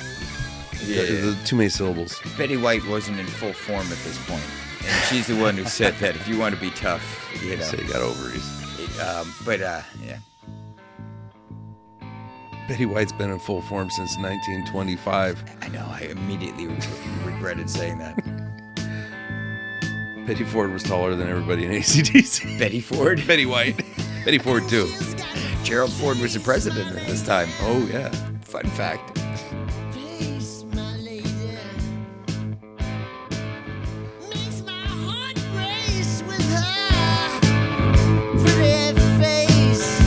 B: Yeah.
C: uh, too many syllables.
B: Betty White wasn't in full form at this point, And she's the one who said that if you want to be tough, you know.
C: Say he got ovaries.
B: It, um, but uh, yeah.
C: Betty White's been in full form since 1925.
B: I know, I immediately re- regretted saying that.
C: Betty Ford was taller than everybody in ACDC.
B: Betty Ford?
C: Betty White. Betty Ford, too.
B: Gerald Ford was the president at this time.
C: Oh, yeah.
B: Fun fact.
A: Peace, my lady. Makes my heart race with her pretty face.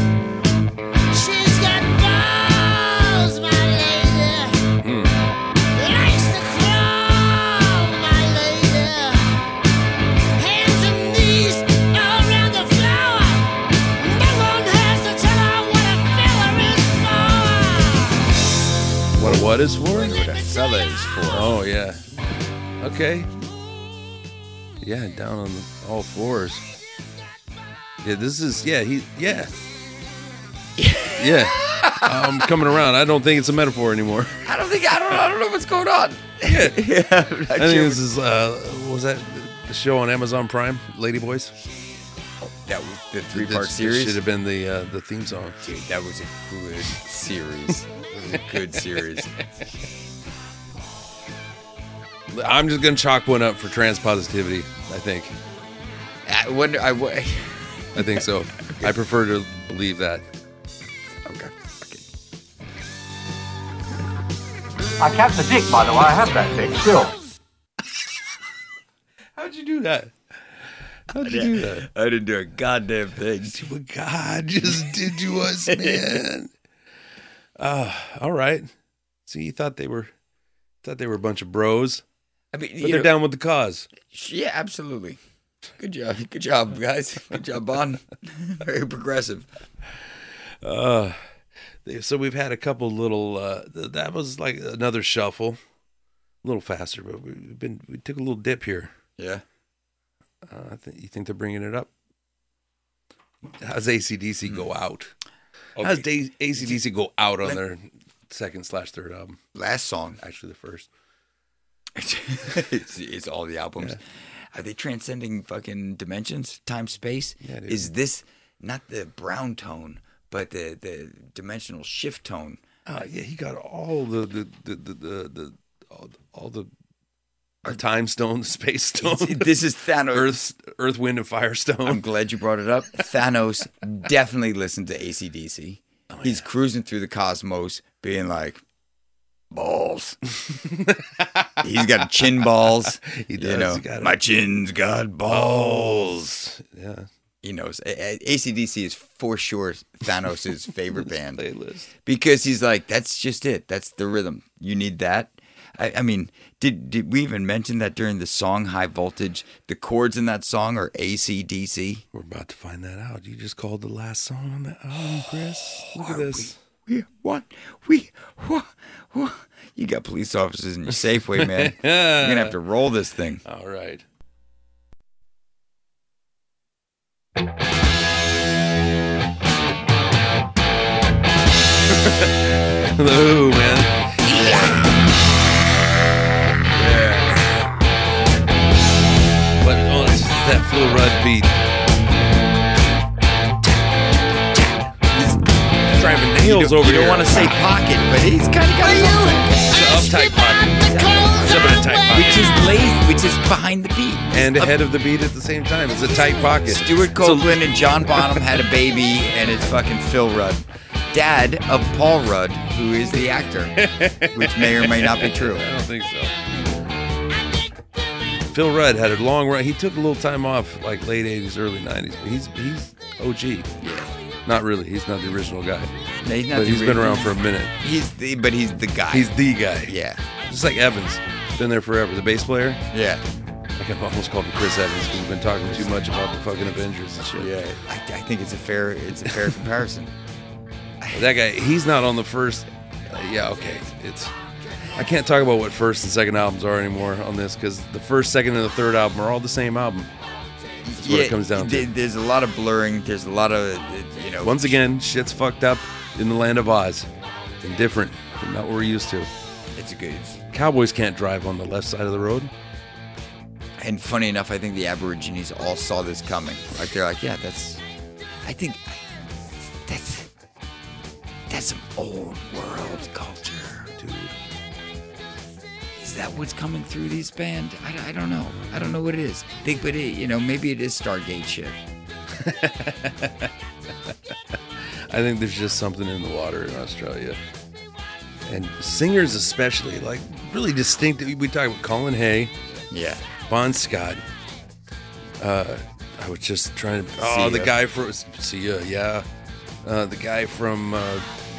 A: She's got balls, my lady. Likes to crawl, my lady. Hands and knees around the floor. No one has to tell her what a filler is for.
C: What what is for?
B: What a fella is for.
C: Oh, yeah. Okay. Yeah, down on all fours. Yeah, this is, yeah, he, yeah. Yeah. I'm coming around. I don't think it's a metaphor anymore.
B: I don't think I don't I don't know what's going on.
C: Yeah.
B: yeah, I'm not
C: I think
B: sure
C: this is, uh, what was that the show on Amazon Prime? Lady Boys?
B: what- that was the three
C: That
B: part series.
C: should have been the, uh, the theme song.
B: Dude, that was a good series. That was a good series.
C: I'm just gonna chalk one up for trans positivity. I think.
B: I wonder. I wa- okay.
C: I think so. I prefer to believe that.
B: okay.
F: I kept the dick, by the way. I have that dick still.
C: How'd you do that? How'd you do that?
B: I didn't do a goddamn thing.
C: But God just did to us, man. Uh, all right. See, you thought they were thought they were a bunch of bros,
B: I mean,
C: but
B: you
C: they're
B: know,
C: down with the cause.
B: yeah, absolutely. Good job. Good job, guys. Good job, Bon. Very progressive.
C: They- So we've had a couple little. Uh, th- that was like another shuffle, a little faster, but we've been we took a little dip here.
B: Yeah.
C: Uh, I think you think they're bringing it up. How's ACDC go out? How's da- ACDC go out on their second slash third album?
B: Last song.
C: Actually, the first.
B: it's, it's all the albums. Are they transcending fucking dimensions, time, space?
C: Yeah, dude.
B: Is this not the brown tone, but the the dimensional shift tone?
C: Oh yeah, he got all the the the the, the, the all, all the our time stone, the space stone,
B: this is Thanos.
C: Earth Earth, Wind and Fire
B: I'm
C: stone.
B: glad you brought it up. Thanos definitely listened to ACDC.
C: Oh,
B: He's cruising through the cosmos, being like, balls. He's got chin balls.
C: He
B: You
C: does,
B: know,
C: he got 'em.
B: my chin's got balls.
C: Yeah,
B: He knows. A- A- ACDC is for sure Thanos' favorite band
C: playlist.
B: because he's like, that's just it. That's the rhythm. You need that. I, I mean, did did we even mention that during the song High Voltage, the chords in that song are ACDC?
C: We're about to find that out. You just called the last song on the album, Chris. Look at this.
B: We what? We what? what? You got police officers in your Safeway, man. You're gonna have to roll this thing.
C: All right. Hello, man. Yeah. But oh, it's that Flo Rud beat. He's driving nails over
B: You
C: here.
B: don't want to say pocket, but he's kind of got
A: You
C: It's
A: ask
C: an uptight
A: about
C: pocket.
A: the clothes
C: It's a bit of
A: I
C: tight
A: wear.
C: pocket.
B: which is lazy, which is behind the beat.
C: and ahead of the beat at the same time. It's a tight pocket.
B: Stuart Copeland and John Bonham had a baby, and it's fucking Phil Rudd, dad of Paul Rudd, who is the actor, which may or may not be true.
C: I don't think so. Phil Rudd had a long run. He took a little time off, like late '80s, early '90s. But he's he's OG. Not really. He's not the original guy,
B: No, he's not
C: but
B: the
C: he's been
B: original.
C: around for a minute.
B: He's the, but he's the guy.
C: He's the guy.
B: yeah,
C: Just like Evans, been there forever. The bass player.
B: yeah,
C: Like I've almost called him Chris Evans because we've been talking too much about the fucking Avengers and shit.
B: yeah. I, I think it's a fair, it's a fair comparison.
C: But that guy. He's not on the first. uh, yeah. Okay. It's. I can't talk about what first and second albums are anymore on this because the first, second, and the third album are all the same album.
B: That's
C: what it comes down to.
B: There's a lot of blurring. There's a lot of, uh, you know,
C: Once again, shit's fucked up in the land of Oz. And different. And not what we're used to.
B: it's a good.
C: Cowboys can't drive on the left side of the road.
B: And funny enough, I think the Aborigines all saw this coming. Like they're like, yeah, that's. I think that's that's some old world culture, dude. Is that what's coming through these band? I, I don't know. I don't know what it is. I think, but it, you know, maybe it is Stargate shit.
C: I think there's just something in the water in Australia. And singers, especially, like really distinctive. We talk about Colin Hay,
B: Yeah.
C: Bon Scott. Uh, I was just trying to. Oh,
B: Sia.
C: the guy from. See ya, yeah. Uh, the guy from. Uh,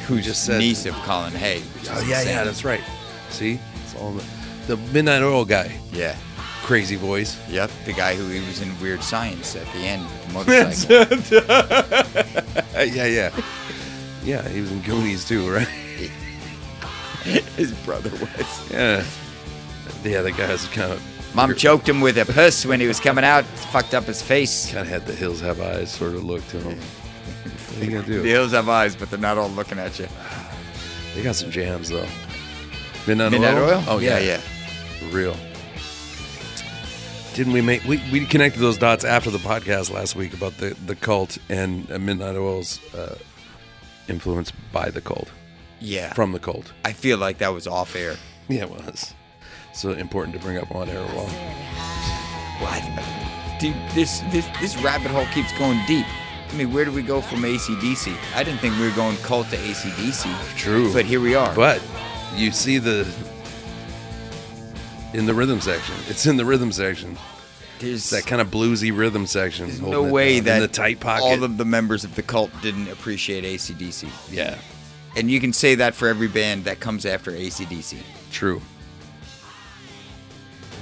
C: who just said.
B: Niece of Colin Hay. which
C: Oh,
B: is
C: yeah,
B: insane.
C: yeah, that's right. See? It's all the, the Midnight Oil guy.
B: Yeah.
C: Crazy voice.
B: Yep. The guy who he was in Weird Science at the end with the motorcycle.
C: Uh, yeah, yeah. Yeah, he was in Goonies too, right?
B: His brother was.
C: Yeah. Yeah, that guy has kind of
B: Mom choked him with a puss when he was coming out. Fucked up his face.
C: kind of had the hills have eyes sort of look to him. What are you gonna do?
B: The hills have eyes, but they're not all looking at you.
C: They got some jams though. Midnight,
B: Midnight
C: Oil?
B: oil?
C: Oh yeah, yeah, For real. Didn't we make we, we connected those dots after the podcast last week about the the cult and uh, Midnight Oil's uh, influence by the cult
B: yeah.
C: from the cult.
B: I feel like that was off air.
C: Yeah, it was. So important to bring up on air while
B: What? Dude, this this this rabbit hole keeps going deep. I mean, where do we go from ACDC? I didn't think we were going cult to ACDC.
C: True.
B: But here we are.
C: But you see the in the rhythm section. It's in the rhythm section.
B: there's
C: It's that kind of bluesy rhythm section.
B: there's no
C: holding it
B: way
C: down.
B: that
C: in the tight pocket.
B: all of the members of the cult didn't appreciate ACDC.
C: yeah,
B: And you can say that for every band that comes after ACDC.
C: true.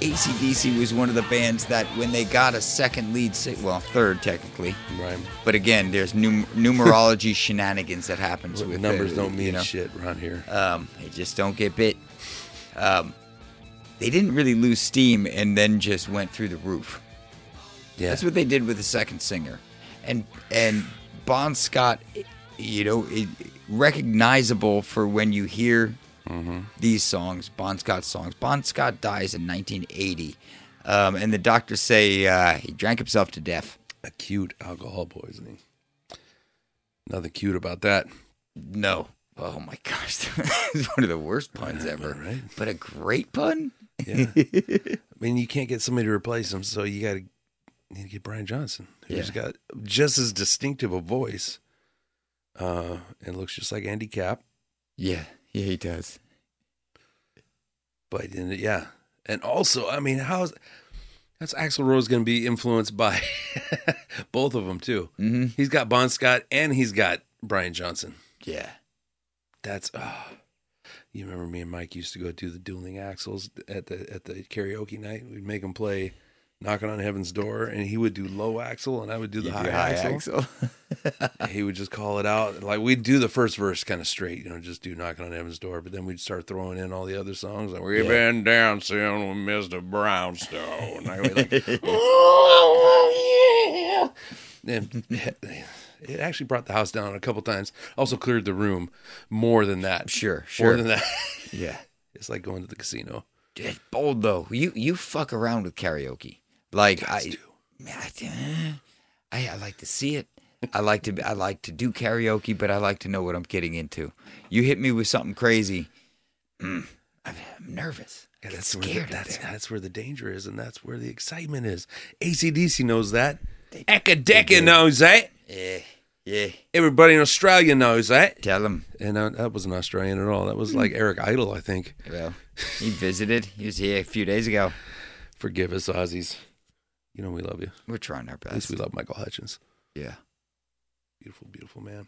B: ACDC was one of the bands that when they got a second lead, si- well, third technically,
C: Right.
B: But again, there's num- numerology shenanigans that happens with
C: Numbers
B: uh,
C: don't mean
B: you know,
C: shit around here.
B: Um, they just don't get bit. Um, they didn't really lose steam and then just went through the roof.
C: Yeah.
B: That's what they did with the second singer, and and Bon Scott, you know, it, recognizable for when you hear
C: Mm-hmm.
B: these songs, Bon Scott songs. Bon Scott dies in 1980, um, and the doctors say uh, he drank himself to death.
C: acute alcohol poisoning. Nothing cute about that.
B: No. Oh my gosh, it's one of the worst puns ever.
C: right?
B: But a great pun.
C: Yeah. I mean, you can't get somebody to replace him, so you got to need to get Brian Johnson, who's
B: Yeah.
C: got just as distinctive a voice, uh, and looks just like Andy Cap.
B: Yeah, yeah, he does.
C: But then, yeah, and also, I mean, how's that's Axl Rose going to be influenced by both of them too?
B: Mm-hmm.
C: He's got Bon Scott and he's got Brian Johnson.
B: Yeah,
C: That's ah, You remember me and Mike used to go do the dueling axles at the at the karaoke night. We'd make him play "Knocking on Heaven's Door," and he would do low axle, and I would do the
B: You
C: high,
B: do
C: axle.
B: axle.
C: And he would just call it out. Like we'd do the first verse kind of straight, you know, just do "Knocking on Heaven's Door," but then we'd start throwing in all the other songs. Like we've been dancing with Mister Brownstone. I was like, oh, yeah. And it actually brought the house down a couple times. Also cleared the room more than that.
B: Sure,
C: More
B: sure.
C: than that.
B: yeah.
C: It's like going to the casino.
B: It's bold though. You you fuck around with karaoke. Like I,
C: do.
B: man, I, d- I I like to see it. I like to I like to do karaoke, but I like to know what I'm getting into. You hit me with something crazy. mm, I'm, I'm nervous. I
C: Yeah,
B: get
C: that's where the,
B: scared.
C: that's
B: That's, there.
C: that's where the danger is, and that's where the excitement is. ACDC knows that. Ecadecca knows that.
B: Yeah, yeah.
C: Everybody in Australia knows that.
B: Tell him.
C: And uh, that wasn't Australian at all. That was like Eric Idle, I think.
B: Well, he visited. He was here a few days ago.
C: Forgive us, Aussies. You know we love you.
B: We're trying our
C: At least
B: best.
C: we love Michael Hutchins.
B: Yeah.
C: Beautiful, beautiful man.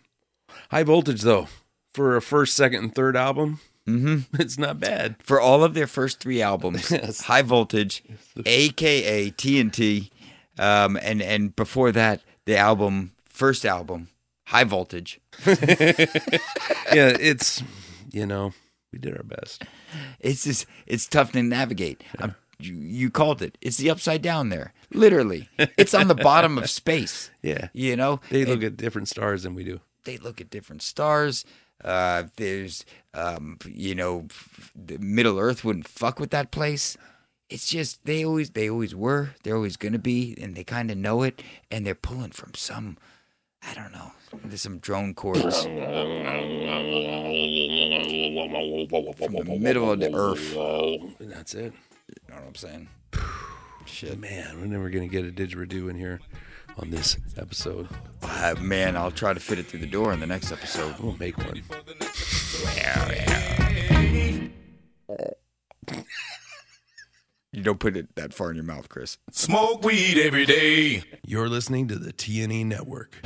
C: High voltage though, for a first, second, and third album,
B: Mm-hmm.
C: it's not bad.
B: for all of their first three albums,
C: Yes.
B: High Voltage, AKA TNT, um, and and before that, the album first album, High Voltage.
C: Yeah, it's you know we did our best.
B: It's just it's tough to navigate. Um you, you called it. It's the upside down there. Literally, it's on the bottom of space.
C: Yeah,
B: You know,
C: they
B: And-
C: look at different stars than we do.
B: they look at different stars. Uh, there's, um, you know, f- the Middle Earth wouldn't fuck with that place. It's just they always they always were. They're always gonna be, and they kind of know it. And they're pulling from some, I don't know, there's some drone cords from the middle of the earth. You
C: And that's it.
B: know what I'm saying?
C: Man, we're never gonna get a didgeridoo in here on this episode.
B: Uh, man, I'll try to fit it through the door in the next episode.
C: We'll make one.
B: You don't put it that far in your mouth, Chris.
H: Smoke weed every day.
C: You're listening to the TNE Network.